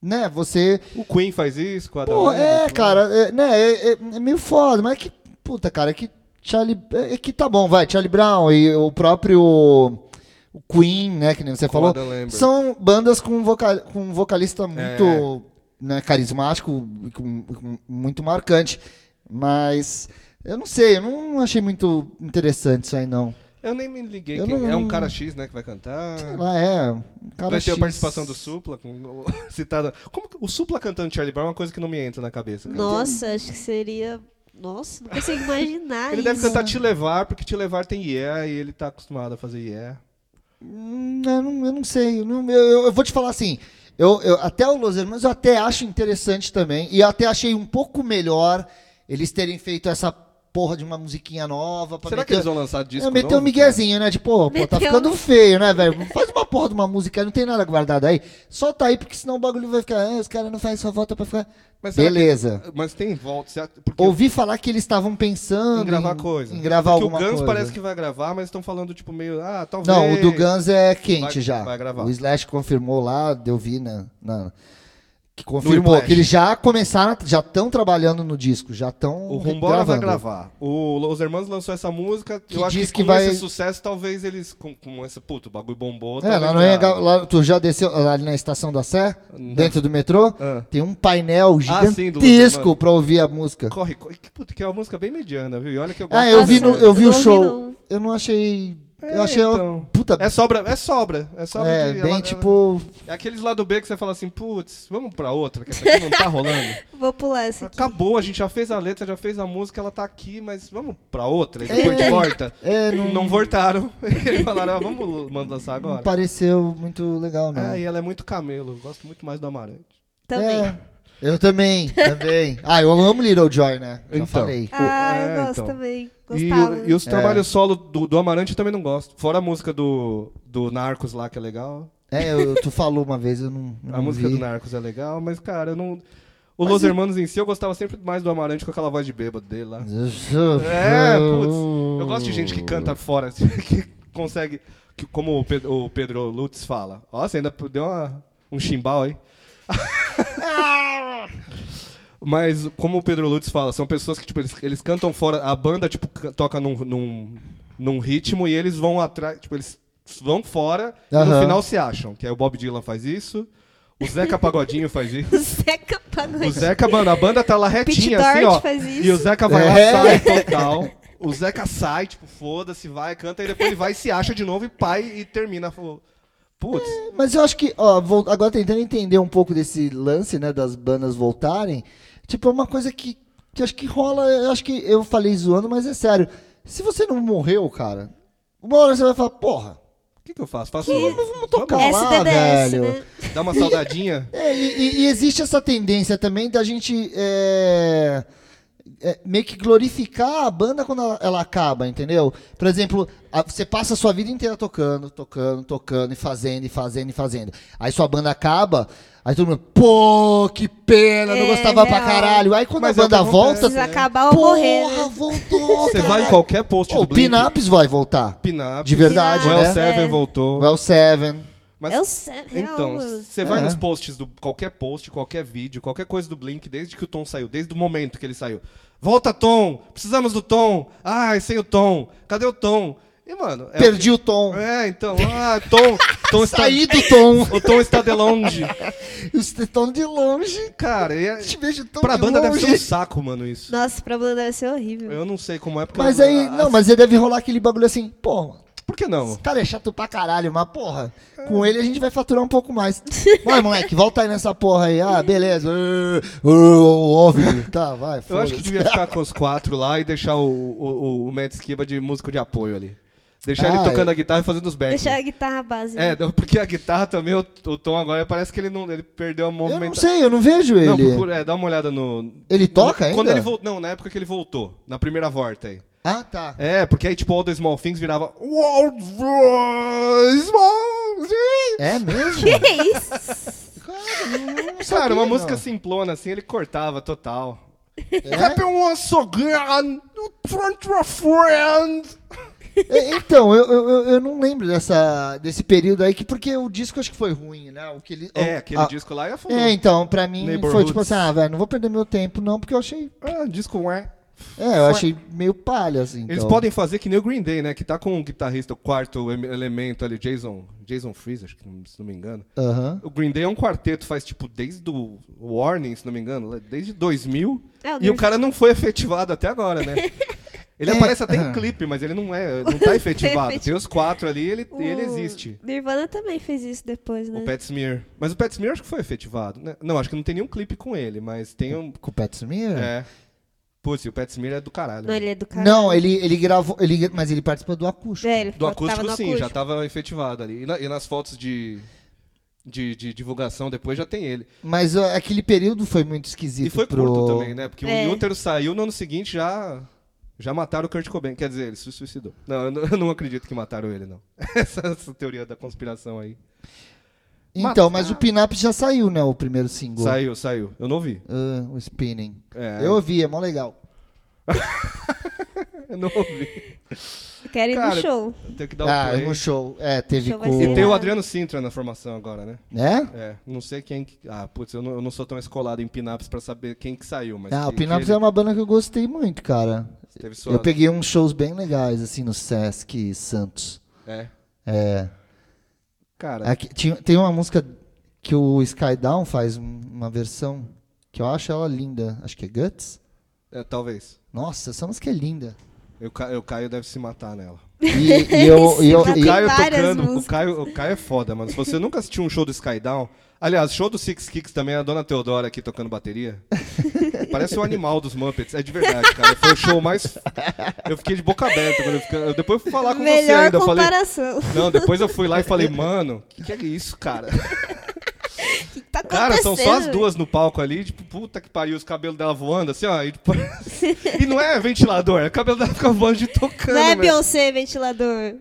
C: Né, você.
B: O Queen faz isso com a
C: Pô,
B: Madonna,
C: é,
B: tipo,
C: cara, é, né, é, é- é meio foda, mas é que, puta, cara, é que Charlie, é é que tá bom, vai, Charlie Brown e o próprio o Queen, né, que nem você
B: Com
C: falou,
B: Adam Lambert.
C: são bandas com, voca, com um vocalista muito
B: É.
C: né, carismático, e com- com- muito marcante, mas eu não sei, eu não achei muito interessante isso aí, não.
B: Eu nem me liguei.
C: Eu
B: quem-
C: não-
B: É um cara X, né, que vai cantar.
C: Lá é, um cara
B: Vai ter a
C: X.
B: participação do Supla, com- citada. Como que- o Supla cantando Charlie Brown é uma coisa que não me entra na cabeça. cara.
D: Nossa, acho que seria. Nossa, não consigo imaginar.
B: Ele
D: isso.
B: deve cantar Te Levar, porque Te Levar tem yeah e ele tá acostumado a fazer yeah.
C: Hum, Eu não, eu não sei. Eu, não- eu- eu- eu vou te falar assim. Eu, eu- até o Los Hermanos eu até acho interessante também. E eu até achei um pouco melhor eles terem feito essa porra de uma musiquinha nova. Pra
B: Será que
C: meter-
B: eles vão lançar disco
C: É, meteu
B: novo,
C: um miguezinho, né? Tipo, pô, pô, tá
D: Meteu.
C: ficando feio, né, velho? Faz uma porra de uma música, aí, não tem nada guardado aí. Só tá aí, porque senão o bagulho vai ficar. Ah, os caras não fazem só volta pra ficar.
B: Mas será
C: Beleza.
B: cara? Mas tem volta, será- porque
C: Ouvi falar que eles estavam pensando
B: em gravar
C: em,
B: coisa.
C: em gravar
B: porque
C: alguma
B: o Guns
C: coisa.
B: parece que vai gravar, mas estão falando tipo meio, ah, talvez.
C: Não, o do Guns é quente
B: Vai-
C: já.
B: vai gravar.
C: O Slash confirmou lá, eu vi na. na- que
B: No
C: confirmou
B: Whiplash.
C: que eles já começaram, já estão trabalhando no disco, já estão.
B: O Rumbora vai gravar. O Los Hermanos lançou essa música.
C: Que
B: eu acho
C: diz
B: que,
C: que
B: com
C: vai-
B: esse sucesso, talvez eles. Com, com esse puto, o bagulho bombou.
C: É,
B: talvez
C: lá, no Anhangabaú-
B: grave.
C: lá- tu já desceu lá ali na estação da Sé,
B: Não.
C: dentro do metrô,
B: Ah.
C: tem um painel
B: Ah, sim, do Los
C: gigantesco
B: Hermanos.
C: pra ouvir a música.
B: Corre, corre. Que, puto, que é uma música bem mediana, viu? E olha que eu gosto.
C: Ah, eu vi, no-
B: bastante.
C: eu vi
D: Não
C: o
D: ouvi,
C: show.
D: não.
C: Eu não achei.
B: É,
C: eu achei. uma
B: então.
C: Puta.
B: É sobra, é sobra. É sobra
C: é,
B: de-
C: bem
B: ela-
C: tipo.
B: É aqueles lá do B que você fala assim, putz, vamos pra outra, que essa aqui não tá rolando.
D: Vou pular
B: É.
D: essa aqui.
B: Acabou, a gente já fez a letra, já fez a música, ela tá aqui, mas vamos pra outra. E depois volta.
C: É, não,
B: Não, voltaram. Eles falaram, ah, vamos mandar lançar
C: não
B: agora.
C: pareceu muito legal, não.
B: Ah, e ela é muito camelo, eu gosto muito mais do Amarante.
D: Também.
C: É, eu também, também. Ah, eu amo Little Joy, né? Já
B: Então.
C: falei.
D: Ah, eu
B: É,
D: gosto
B: então.
D: também.
B: E,
D: Gostava.
B: o- e os
C: É.
B: trabalhos solo do, do Amarante eu também não gosto. Fora a música do, do Narcos lá, que é legal.
C: É, eu, tu falou uma vez, eu não, não
B: A música
C: vi.
B: do Narcos é legal, mas, cara, eu não. O Los Hermanos em si, eu gostava sempre mais do Amarante com aquela voz de bêbado dele lá. É, putz. Eu gosto de gente que canta fora, assim, que consegue. que como o Pedro, o Pedro Lutz fala. Ó, você ainda deu uma- um chimbal aí. Mas, como o Pedro Lutz fala, são pessoas que, tipo, eles, eles cantam fora. A banda, tipo, ca- toca num, num, num ritmo e eles vão atrás. Tipo, eles vão fora e no
C: Aham.
B: final se acham. Que aí o Bob Dylan faz isso, o Zeca Pagodinho faz isso.
D: O Zeca Pagodinho.
B: O Zeca, mano, a banda tá lá retinha,
D: Pete
B: assim,
D: Doherty
B: ó.
D: faz isso.
B: E o Zeca vai
C: É.
B: lá, sai total. O Zeca sai, tipo, foda-se, vai, canta, e depois ele vai, se acha de novo e pai e termina. Pô, Putz.
C: Mas eu acho que, ó, vol- agora tentando entender um pouco desse lance, né, das bandas voltarem, tipo, é uma coisa que, que acho que rola, eu acho que eu falei zoando, mas é sério. Se você não morreu, cara, uma hora você vai falar, porra,
B: O que, que eu faço? Faço. Vamos,
C: tocar
D: É
B: lá.
C: lá,
D: SDDS,
C: velho.
D: né?
B: Dá uma saudadinha.
C: É, e, e- e existe essa tendência também da gente é, é, meio que glorificar a banda quando ela, ela acaba, entendeu? Por exemplo, a- você passa a sua vida inteira tocando, tocando, tocando e fazendo, e fazendo, e fazendo. Aí sua banda acaba, aí todo mundo, pô, que pena, não
D: É,
C: gostava pra
D: real.
C: caralho. Aí quando
B: Mas é
C: a
B: o que
C: banda
B: acontece,
C: volta,
D: Precisa acabar ou morrer,
C: porra,
D: né?
C: voltou,
B: Você vai
C: caralho.
B: em qualquer post
C: Pô,
B: do
C: O
B: Blink.
C: Pinaps vai voltar,
B: Pinap.
C: de verdade,
B: O El
C: né?
D: Pinap.
B: Seven
D: É.
B: voltou.
C: Well Seven.
B: Mas,
D: É o Seven, é
B: então,
D: o-
B: você vai
C: É.
B: nos posts do qualquer post, qualquer vídeo, qualquer coisa do Blink, desde que o Tom saiu, desde o momento que ele saiu. Volta, Tom! Precisamos do Tom! Ai, sem o Tom! Cadê o Tom? E, mano. É,
C: Perdi o tom.
B: É, então. Ah, Tom! Tom está.
C: Saí do tom.
B: O Tom está de longe.
C: Os estão de longe.
B: Cara, e é,
C: Te vejo tão
B: pra
C: de
B: banda deve
C: longe.
B: ser um saco, mano, isso.
D: Nossa, pra banda deve ser horrível.
B: Eu não sei como é, porque.
C: Mas
B: eu-
C: aí,
B: ah,
C: não, mas aí deve rolar aquele bagulho assim, pô,
B: Por que não?
C: esse cara é chato pra caralho, mas porra, com ele a gente vai faturar um pouco mais. Vai, moleque, volta aí nessa porra aí. Ah, beleza. Uh, uh, óbvio. Tá, vai.
B: Eu acho que
C: foda-se.
B: devia um ficar com os quatro lá e deixar o, o, o, o Matt Skiba de músico de apoio ali. Deixar
C: Ah,
B: ele tocando
C: é.
B: a guitarra e fazendo os backs.
D: Deixar a guitarra base. né?
B: É, não, porque a guitarra também, o, o Tom agora parece que ele não ele perdeu a
C: Eu não
B: movimentação.
C: sei, eu não vejo ele.
B: procura, é, dá uma olhada no.
C: Ele toca
B: quando
C: ainda?
B: ele voltou. Não, na época que ele voltou, na primeira volta aí.
C: Ah, tá.
B: É, porque aí tipo All the Small Things virava. All the Small Things!
C: É mesmo?
D: Que isso?
C: Cara, não
B: Cara, uma
C: sabia,
B: música
C: não.
B: simplona assim, ele cortava total.
C: É?
B: once so grand, front your friend.
C: É, Então, eu, eu, eu- eu não lembro dessa, desse período aí, que, porque o disco acho que foi ruim, né? O que ele,
B: É,
C: o-
B: aquele
C: a-
B: disco lá e afundou.
C: É, então, pra mim foi
B: Neighborhoods.
C: tipo assim, ah, velho, não vou perder meu tempo não, porque eu achei.
B: Ah, disco é.
C: É, eu achei meio palha, assim.
B: Eles
C: então.
B: podem fazer que nem o Green Day, né? Que tá com o guitarrista, o quarto em- elemento ali, Jason, Jason Freezer, acho que não- se não me engano.
C: Aham.
B: O Green Day é um quarteto, faz tipo desde o Warning, se não me engano, desde 2000.
D: É, o
B: e o
D: Nirvana.
B: cara não foi efetivado até agora, né? Ele
C: É,
B: aparece até em
C: aham.
B: clipe, mas ele não é, não tá efetivado. Tem os quatro ali, ele,
D: O
B: ele existe.
D: Nirvana também fez isso depois, né?
B: O Pat Smear. Mas o Pat Smear acho que foi efetivado, né? Não, acho que não tem nenhum clipe com ele, mas tem um.
C: Com o Pat Smear?
B: É. Putz, e o Pat Smear é do caralho.
D: Não,
B: né?
D: ele é do cara.
C: Não, ele, ele gravou, ele, mas ele participou do acústico.
D: É, ele
B: Do
D: ficou-
B: acústico,
D: tava no
B: sim, já
D: acústico.
B: tava efetivado ali. E, na- e nas fotos de, de, de divulgação depois já tem ele.
C: Mas ó, aquele período foi muito esquisito.
B: E foi
C: pro...
B: curto também, né? Porque
D: É.
B: o Útero saiu no ano seguinte já. Já mataram o Kurt Cobain, quer dizer, ele se suicidou. Não, eu não, eu não acredito que mataram ele, não. Essa, essa teoria da conspiração aí.
C: Então, mas o
D: tá.
C: Pinap já saiu, né? O primeiro single.
B: Saiu, saiu. Eu não vi.
C: Ah, o Spinning.
B: É.
C: Eu ouvi, é mó legal.
B: Eu não vi.
D: Eu Quero ir
B: tá. Cara,
D: no show.
B: Tem que dar o
C: Ah,
B: um play.
C: no show. É, teve
D: Show vai
C: com.
D: ser-
B: E tem o
D: Boa.
B: Adriano Sintra na formação agora, né?
C: Né?
B: É, não sei quem. que- Ah, putz, eu não, eu não sou tão escolado em pinaps pra saber quem que saiu, mas.
C: Ah, o
B: que- que
C: Pinaps
B: ele
C: é uma banda que eu gostei muito, cara.
B: Teve sua...
C: Eu peguei uns shows bem legais, assim, no Sesc Santos.
B: É.
C: É.
B: Cara,
C: Aqui, É tinha- tem uma música que o Skydown faz um- uma versão que eu acho ela linda. Acho que é Guts.
B: é, talvez.
C: Nossa, essa música é linda.
B: Eu, Ca- eu, Caio deve se matar nela.
C: E, e eu. e eu-
D: Tem
B: O
C: e-
B: Caio
D: várias
B: tocando. O
D: músicas.
B: Caio, o Caio é foda, mano. Se você nunca assistiu um show do Skydown. Aliás, show do Six Kicks também, a dona Teodora aqui tocando bateria. Parece o animal dos Muppets. É de verdade, cara. Foi o show mais. Eu fiquei de boca aberta. Quando eu fiquei... eu- Depois eu fui falar com você
D: Melhor
B: ainda. Eu falei.
D: comparação.
B: Não, depois eu fui lá e falei, mano, o que, que é isso, cara?
D: O que que tá acontecendo?
B: Cara, são só as
D: velho?
B: duas no palco ali, tipo, puta que pariu, os cabelos dela voando, assim, ó. E, tipo, e não é ventilador, é o cabelo dela fica voando de tocando.
D: Não é
B: velho.
D: Beyoncé ventilador.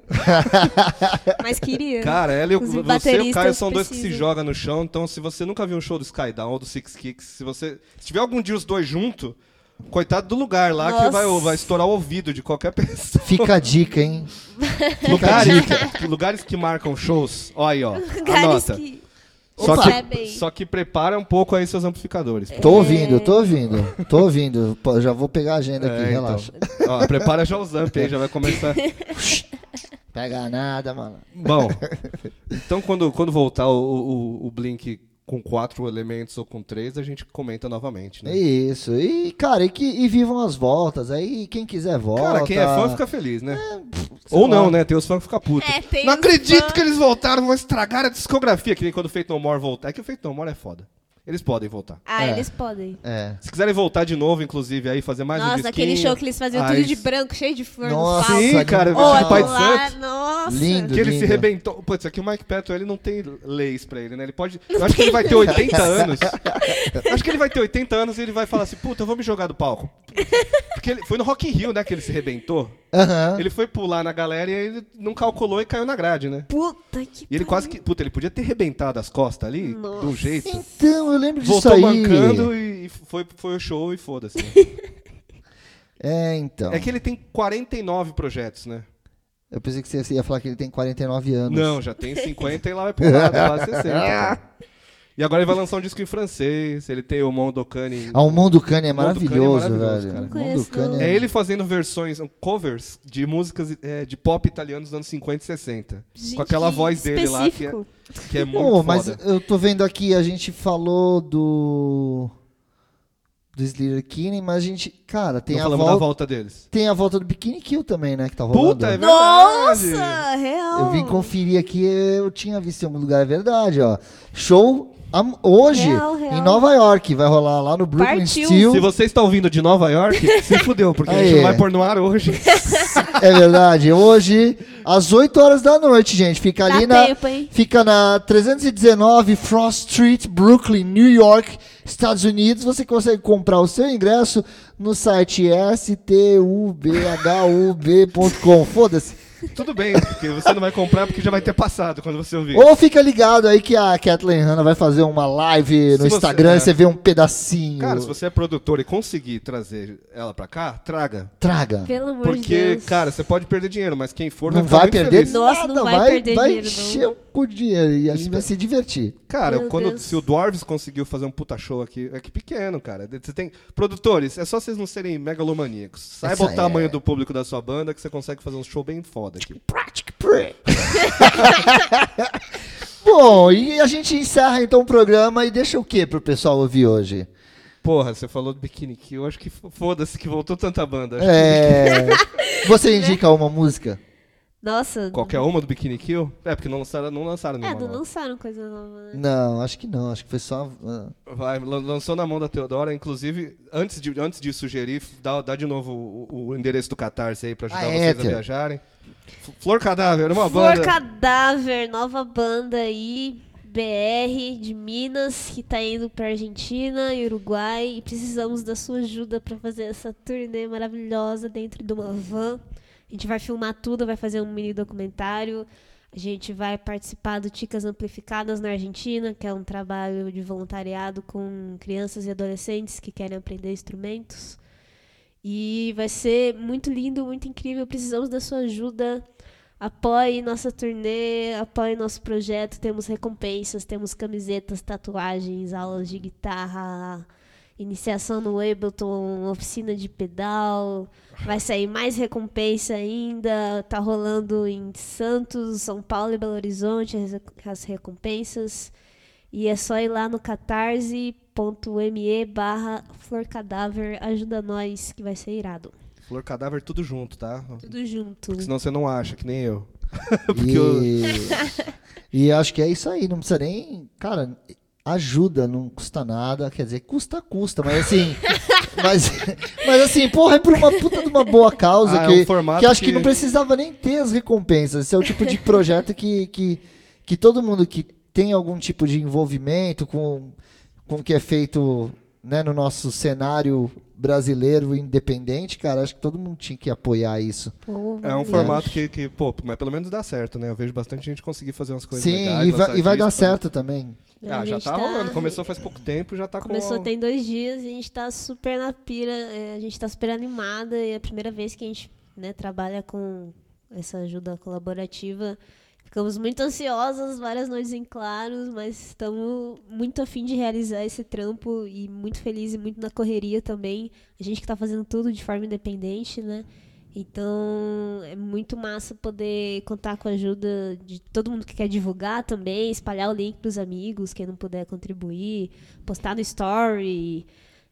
D: Mas queria.
B: Cara, ela e o,
D: Os
B: você e o
D: bateristas
B: Caio são dois que se
D: precisam.
B: jogam no chão, então se você nunca viu um show do Skydown ou do Six Kicks, se você. Se tiver algum dia os dois junto, coitado do lugar lá que
D: Nossa.
B: vai, vai estourar o ouvido de qualquer pessoa.
C: Fica a dica, hein?
B: Lugares, lugares que marcam shows, ó aí, ó.
D: Lugares
B: Anota.
D: que. é
B: Só
C: Opa.
B: que, só que prepara um pouco aí seus amplificadores.
C: Tô ouvindo, tô ouvindo, tô ouvindo. Pô, já vou pegar a agenda aqui,
B: É, então.
C: relaxa.
B: Ó, prepara já os amp aí, já vai começar.
C: Pega nada, mano.
B: Bom, então quando, quando voltar o, o, o Blink com quatro elementos ou com três, a gente comenta novamente,
C: É
B: né?
C: Isso. E, cara, e, que, e vivam as voltas. Aí quem quiser volta.
B: Cara, quem é fã fica feliz, né? ou
C: lá.
B: não, né? Tem os fãs que ficam putos.
D: É, tem
B: não
D: os
B: acredito
D: fãs-
B: que eles voltaram, vão estragar a discografia. Que nem quando o Feito No More voltar. É que o Feito No More é foda. Eles podem voltar.
D: Ah,
C: É.
D: eles podem.
C: É.
B: Se quiserem voltar de novo, inclusive, aí fazer mais um
D: Nossa,
B: disquinho.
D: aquele show que eles faziam
B: aí-
D: tudo de branco, cheio de flor
C: Nossa,
D: no palco.
B: Sim, cara,
D: Ô,
B: vestido de Pai
D: aquilo
B: de
D: lá,
B: Santo.
D: nossa.
C: Lindo.
B: Que ele se
C: Lindo.
B: rebentou. Putz, aqui o Mike Patton, ele não tem leis pra ele, né? Ele pode. Eu acho que ele vai ter 80 anos. Eu acho que ele vai ter 80 anos e ele vai falar assim: puta, eu vou me jogar do palco. Porque ele, foi no Rock in Rio, né? Que ele se rebentou.
C: Aham.
B: Ele foi pular na galera e ele não calculou e caiu na grade, né?
D: Puta que
B: E ele quase que. Puta, ele podia ter rebentado as costas ali, de um jeito.
C: Então, eu lembro disso
B: Voltou
C: aí. Então.
B: mancando e e foi, foi o show e foda-se.
C: É, então.
B: É que ele tem 49 projetos, né?
C: Eu pensei que você ia falar que ele tem 49 anos.
B: Não, já tem 50 e lá vai pro lado, lá 60. cara. E agora ele vai lançar um disco em francês, ele tem o Mondocane.
C: Ah, o Mundo Cane
B: Mundo Cane
C: é
B: é
C: maravilhoso,
B: maravilhoso,
C: velho.
B: cara.
C: O Mundo
D: Conheço,
C: Cane
D: não.
B: É ele fazendo versões, um, covers de músicas eh, de pop italiano dos anos 50 e 60.
D: Gente,
B: com aquela
D: que
B: voz dele lá, que é,
D: específico.
B: que é muito
C: Pô, mas
B: foda.
C: eu tô vendo aqui, a gente falou do. Do Slayer Kinney, mas a gente. Cara, tem
B: Não
C: a
B: falamos
C: volta.
B: da volta deles.
C: Tem a volta do Bikini Kill também, né? Que tá rolando.
B: Puta, é verdade!
D: Nossa, real.
C: Eu vim conferir aqui, eu tinha visto em algum lugar, é verdade, ó. Show am- hoje
D: Real, real.
C: em Nova York, vai rolar lá no Brooklyn
D: Partiu.
C: Steel.
B: Se você está ouvindo de Nova York, se fudeu, porque a gente
C: Aê.
B: não vai pôr no ar hoje.
C: É verdade, hoje às 8 horas da noite, gente. Fica
D: Dá
C: ali na
D: tempo, hein?
C: fica na 319 Frost Street, Brooklyn, New York, Estados Unidos. Você consegue comprar o seu ingresso no site stubhub.com. Foda-se.
B: Tudo bem, porque você não vai comprar porque já vai ter passado quando você ouvir.
C: Ou fica ligado aí que a Kathleen Hanna vai fazer uma live
B: Se
C: no
B: você-
C: Instagram
B: é.
C: e você vê um pedacinho.
B: Cara, se você é produtor e conseguir trazer ela pra cá, traga.
C: Traga.
D: Pelo amor de
B: Porque,
D: Deus.
B: cara, você pode perder dinheiro, mas quem for
C: Não
B: ficar
C: vai
B: muito
C: perder
B: feliz.
D: Nossa,
C: nada,
D: não vai
C: vai,
D: perder
C: vai
D: dinheiro, não.
C: encher o cu de dinheiro e a gente vai se divertir.
B: Cara,
D: Meu
B: quando,
D: Deus.
B: se o Dwarves conseguiu fazer um puta show aqui, é que pequeno, cara. Você tem produtores, é só vocês não serem megalomaníacos. Saiba
C: Essa
B: o tamanho
C: é.
B: do público da sua banda que você consegue fazer um show bem foda aqui.
C: Bom, e a gente encerra então o programa e deixa o que pro pessoal ouvir hoje?
B: Porra, você falou do Bikini Kill, acho que fo- foda-se que voltou tanta banda. Acho
C: É, você indica uma música?
D: Nossa.
B: que Qualquer uma do Bikini Kill? É, porque não lançaram, não lançaram
D: É,
B: nenhuma.
D: não
B: nova.
D: lançaram coisa nova, né?
C: Não, acho que não, acho que foi só. ah,
B: Vai, lan- lançou na mão da Teodora, inclusive, antes de, antes de sugerir, dá, dá de novo o, o endereço do Catarse aí pra ajudar
C: Ah, é,
B: vocês a
C: Teo.
B: viajarem. F- Flor Cadáver, uma
D: Flor
B: banda.
D: Cadáver, nova banda aí, BR de Minas, que tá indo pra Argentina e Uruguai. E precisamos da sua ajuda pra fazer essa turnê maravilhosa dentro de uma van. A gente vai filmar tudo, vai fazer um mini documentário. A gente vai participar do Ticas Amplificadas na Argentina, que é um trabalho de voluntariado com crianças e adolescentes que querem aprender instrumentos. E vai ser muito lindo, muito incrível. Precisamos da sua ajuda. Apoie nossa turnê, apoie nosso projeto. Temos recompensas, temos camisetas, tatuagens, aulas de guitarra, iniciação no Ableton, oficina de pedal. Vai sair mais recompensa ainda. Tá rolando em Santos, São Paulo e Belo Horizonte as- as recompensas. E é só ir lá no catarse.me barra florcadáver, ajuda nós, que vai ser irado.
B: Flor Cadáver, tudo junto, tá?
D: Tudo junto.
B: Porque senão você não acha, que nem eu. Porque eu-
C: E, e acho que é isso aí, não precisa nem. Cara, ajuda, não custa nada. Quer dizer, custa, custa, mas assim. mas, mas assim, porra, é por uma puta de uma boa causa
B: Ah, é
C: que,
B: um formato
C: que acho que...
B: que-
C: não precisava nem ter as recompensas. Esse é o tipo de projeto que, que, que todo mundo que tem algum tipo de envolvimento com, com o que é feito né, no nosso cenário brasileiro independente, cara, acho que todo mundo tinha que apoiar isso.
D: Pô,
B: É um
D: vamos
B: formato que, que, pô, mas pelo menos dá certo, né? Eu vejo bastante gente conseguir fazer umas coisas
C: Sim,
B: legais.
C: e vai,
B: lançar
C: e vai dar
B: disco, fazer-
C: certo também.
B: Ah,
D: A
B: já
D: gente
B: tá,
D: tá-
B: rolando. Começou faz pouco tempo, já tá
D: Começou
B: com...
D: tem dois dias e a gente tá super na pira, é, a gente tá super animada e é a primeira vez que a gente né, trabalha com essa ajuda colaborativa. Ficamos muito ansiosas, várias noites em claros, mas estamos muito afim de realizar esse trampo e muito feliz e muito na correria também. A gente que tá fazendo tudo de forma independente, né? Então é muito massa poder contar com a ajuda de todo mundo que quer divulgar também, espalhar o link pros amigos, quem não puder contribuir, postar no story,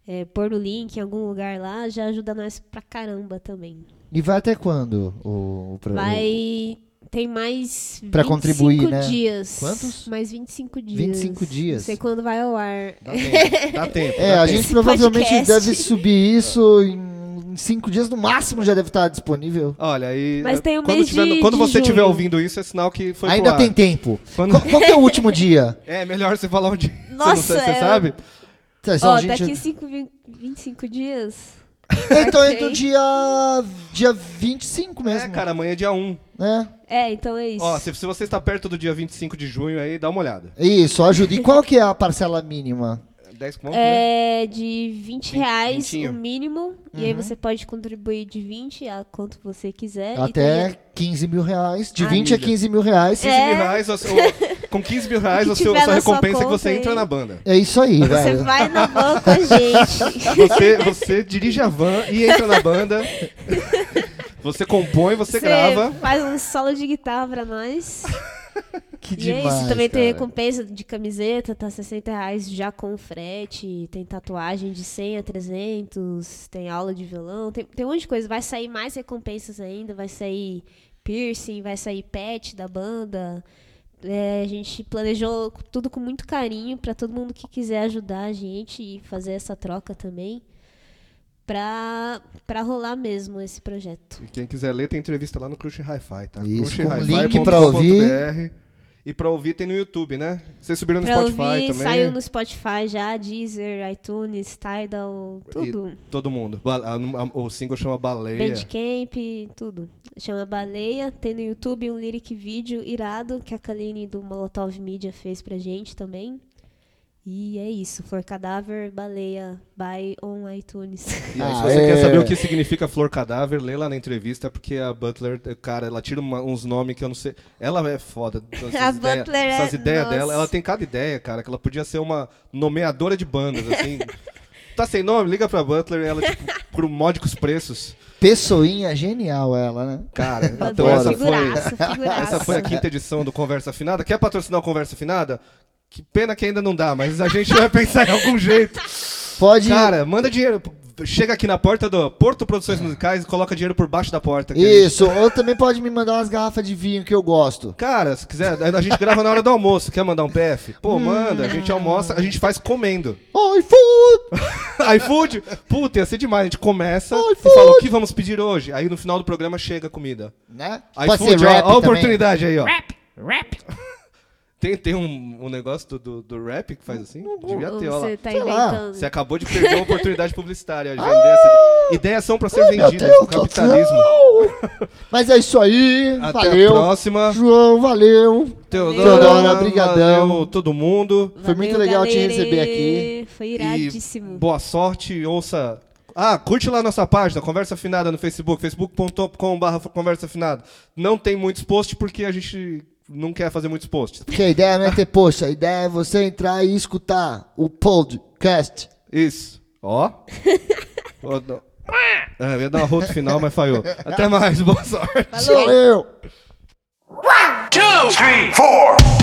D: é, pôr no link em algum lugar lá, já ajuda nós pra caramba também.
C: E vai até quando o, o pro-
D: Vai. Tem mais
C: Pra
D: 25
C: contribuir, né?
D: dias.
C: Quantos?
D: Mais 25 dias.
C: 25 dias.
D: Não sei quando vai ao ar.
B: Dá tempo, dá tempo.
C: É,
B: dá
C: a
B: tempo.
C: gente
D: Esse
C: provavelmente
D: podcast.
C: deve subir isso em em cinco dias, no máximo já deve estar disponível.
B: Olha, aí.
D: Mas tem o
B: quando
D: mês
B: tiver-
D: de-
B: Quando
D: de
B: você estiver
D: junho.
B: ouvindo isso, é sinal que foi
C: Ainda
B: pro ar.
C: tem tempo.
B: Quando-
C: Qual, qual que é o último dia?
B: É, melhor você falar onde.
D: Nossa,
B: você, não, você
D: é-
B: sabe?
C: Tá,
D: Ó,
C: só gente-
D: daqui cinco, vi- 25 dias.
C: Então é do
D: Ok.
C: dia, dia 25 mesmo.
B: É, cara, amanhã é dia 1.
C: né?
D: É, então é isso.
B: Ó, se, se você está perto do dia 25 de junho aí, dá uma olhada.
C: Isso, ajuda. E qual que é a parcela mínima?
B: 10 pontos, né?
D: É de 20 reais
B: vintinho.
D: o mínimo. E
C: Uhum.
D: aí você pode contribuir de 20 a quanto você quiser. É, então, E
C: Até
D: também-
C: 15 mil reais. De
B: Ah,
C: 20 a
B: amiga.
C: 15 mil reais.
B: 15
C: É,
B: mil reais, você- ou- com 15 mil reais,
D: O
B: a
D: que
B: sua,
D: tiver
B: a sua
D: na sua
B: recompensa é que
D: conta
B: você
D: aí.
B: entra na banda.
C: É isso aí,
D: Você
C: velho.
D: vai na van com a gente.
B: Você, você dirige a van e entra na banda. Você compõe, você grava.
D: faz um solo de guitarra pra nós.
C: Que
D: E é
C: demais.
D: isso, também tem
C: cara.
D: recompensa de camiseta, tá R$ 60 reais já com frete, tem tatuagem de 100 a 300, tem aula de violão, tem, tem um monte de coisa. Vai sair mais recompensas ainda, vai sair piercing, vai sair pet da banda. É, a gente planejou tudo com muito carinho pra todo mundo que quiser ajudar a gente e fazer essa troca também. Pra, pra rolar mesmo esse projeto.
B: E quem quiser ler, tem entrevista lá no Crush Hi-Fi, tá?
C: Isso, com
B: crushhi-fi.com.br.
C: link pra ouvir.
B: E pra ouvir tem no YouTube, né? Vocês subiram no
D: Pra
B: Spotify
D: ouvir,
B: também.
D: saiu no Spotify já, Deezer, iTunes, Tidal, tudo.
B: E todo mundo. Ba- a- a- O single chama Baleia.
D: Bandcamp, tudo. Chama Baleia, tem no YouTube um lyric vídeo irado que a Kaline do Molotov Media fez pra gente também. E é isso, Flor Cadáver, Baleia, by on iTunes.
B: E aí, se
C: Ah,
B: você
C: é.
B: quer saber o que significa flor cadáver, lê lá na entrevista, porque a Butler, cara, ela tira uma- uns nomes que eu não sei. Ela é foda. Essas
D: A
B: ideias-
D: Butler é-
B: Essas ideias
D: nossa.
B: dela, ela tem cada ideia, cara, que ela podia ser uma nomeadora de bandas, assim. tá sem nome? Liga pra Butler, ela, tipo, por módicos preços.
C: Pessoinha genial ela, né?
B: Cara, então
D: Baleia,
B: essa foi.
D: figuraça, figuraça.
B: Essa foi a quinta edição do Conversa Afinada. Quer patrocinar o Conversa Afinada? Que pena que ainda não dá, mas a gente vai pensar em algum jeito.
C: Pode.
B: Cara, manda dinheiro. Chega aqui na porta do Porto Produções Musicais e coloca dinheiro por baixo da porta. que a gente-
C: isso, ou também pode me mandar umas garrafas de vinho que eu gosto.
B: Cara, se quiser, a gente grava na hora do almoço. Quer mandar um PF? Pô,
C: Hum.
B: manda, a gente almoça, a gente faz comendo.
C: Oi, food!
B: iFood? Puta, ia ser demais. A gente começa
C: Ai,
B: e
C: food.
B: fala o que vamos pedir hoje. Aí no final do programa chega a comida.
C: Né?
B: iFood, ó, ó a
C: também.
B: oportunidade aí, ó. Rap, rap. Tem, tem um, um negócio do, do, do rap que faz assim? Devia
D: Ou
B: ter, ó lá.
D: Você tá
C: Sei lá,
D: inventando.
B: Você acabou de perder uma oportunidade publicitária. Vender essa... Ideias são pra ser
C: Meu
B: vendidas.
C: Deus,
B: o capitalismo.
C: Cacau! Mas é isso aí.
B: Até
C: valeu.
B: a próxima.
C: João, valeu.
B: Teodora,
C: Teodora, brigadão.
B: valeu todo mundo.
C: Foi muito legal te receber
D: aqui. Foi
B: E
D: iradíssimo.
B: boa sorte, ouça. Ah, curte lá nossa página, Conversa Afinada no Facebook, facebook.com.br Conversa Afinada. Não tem muitos posts porque a gente não quer fazer muitos posts.
C: Porque a ideia não é ter post, a ideia é você entrar e escutar o podcast.
B: Isso. Ó. Ó, não. é, eu ia dar uma rota final, mas falhou. Até mais, boa sorte.
C: Valeu.
E: two, three, four.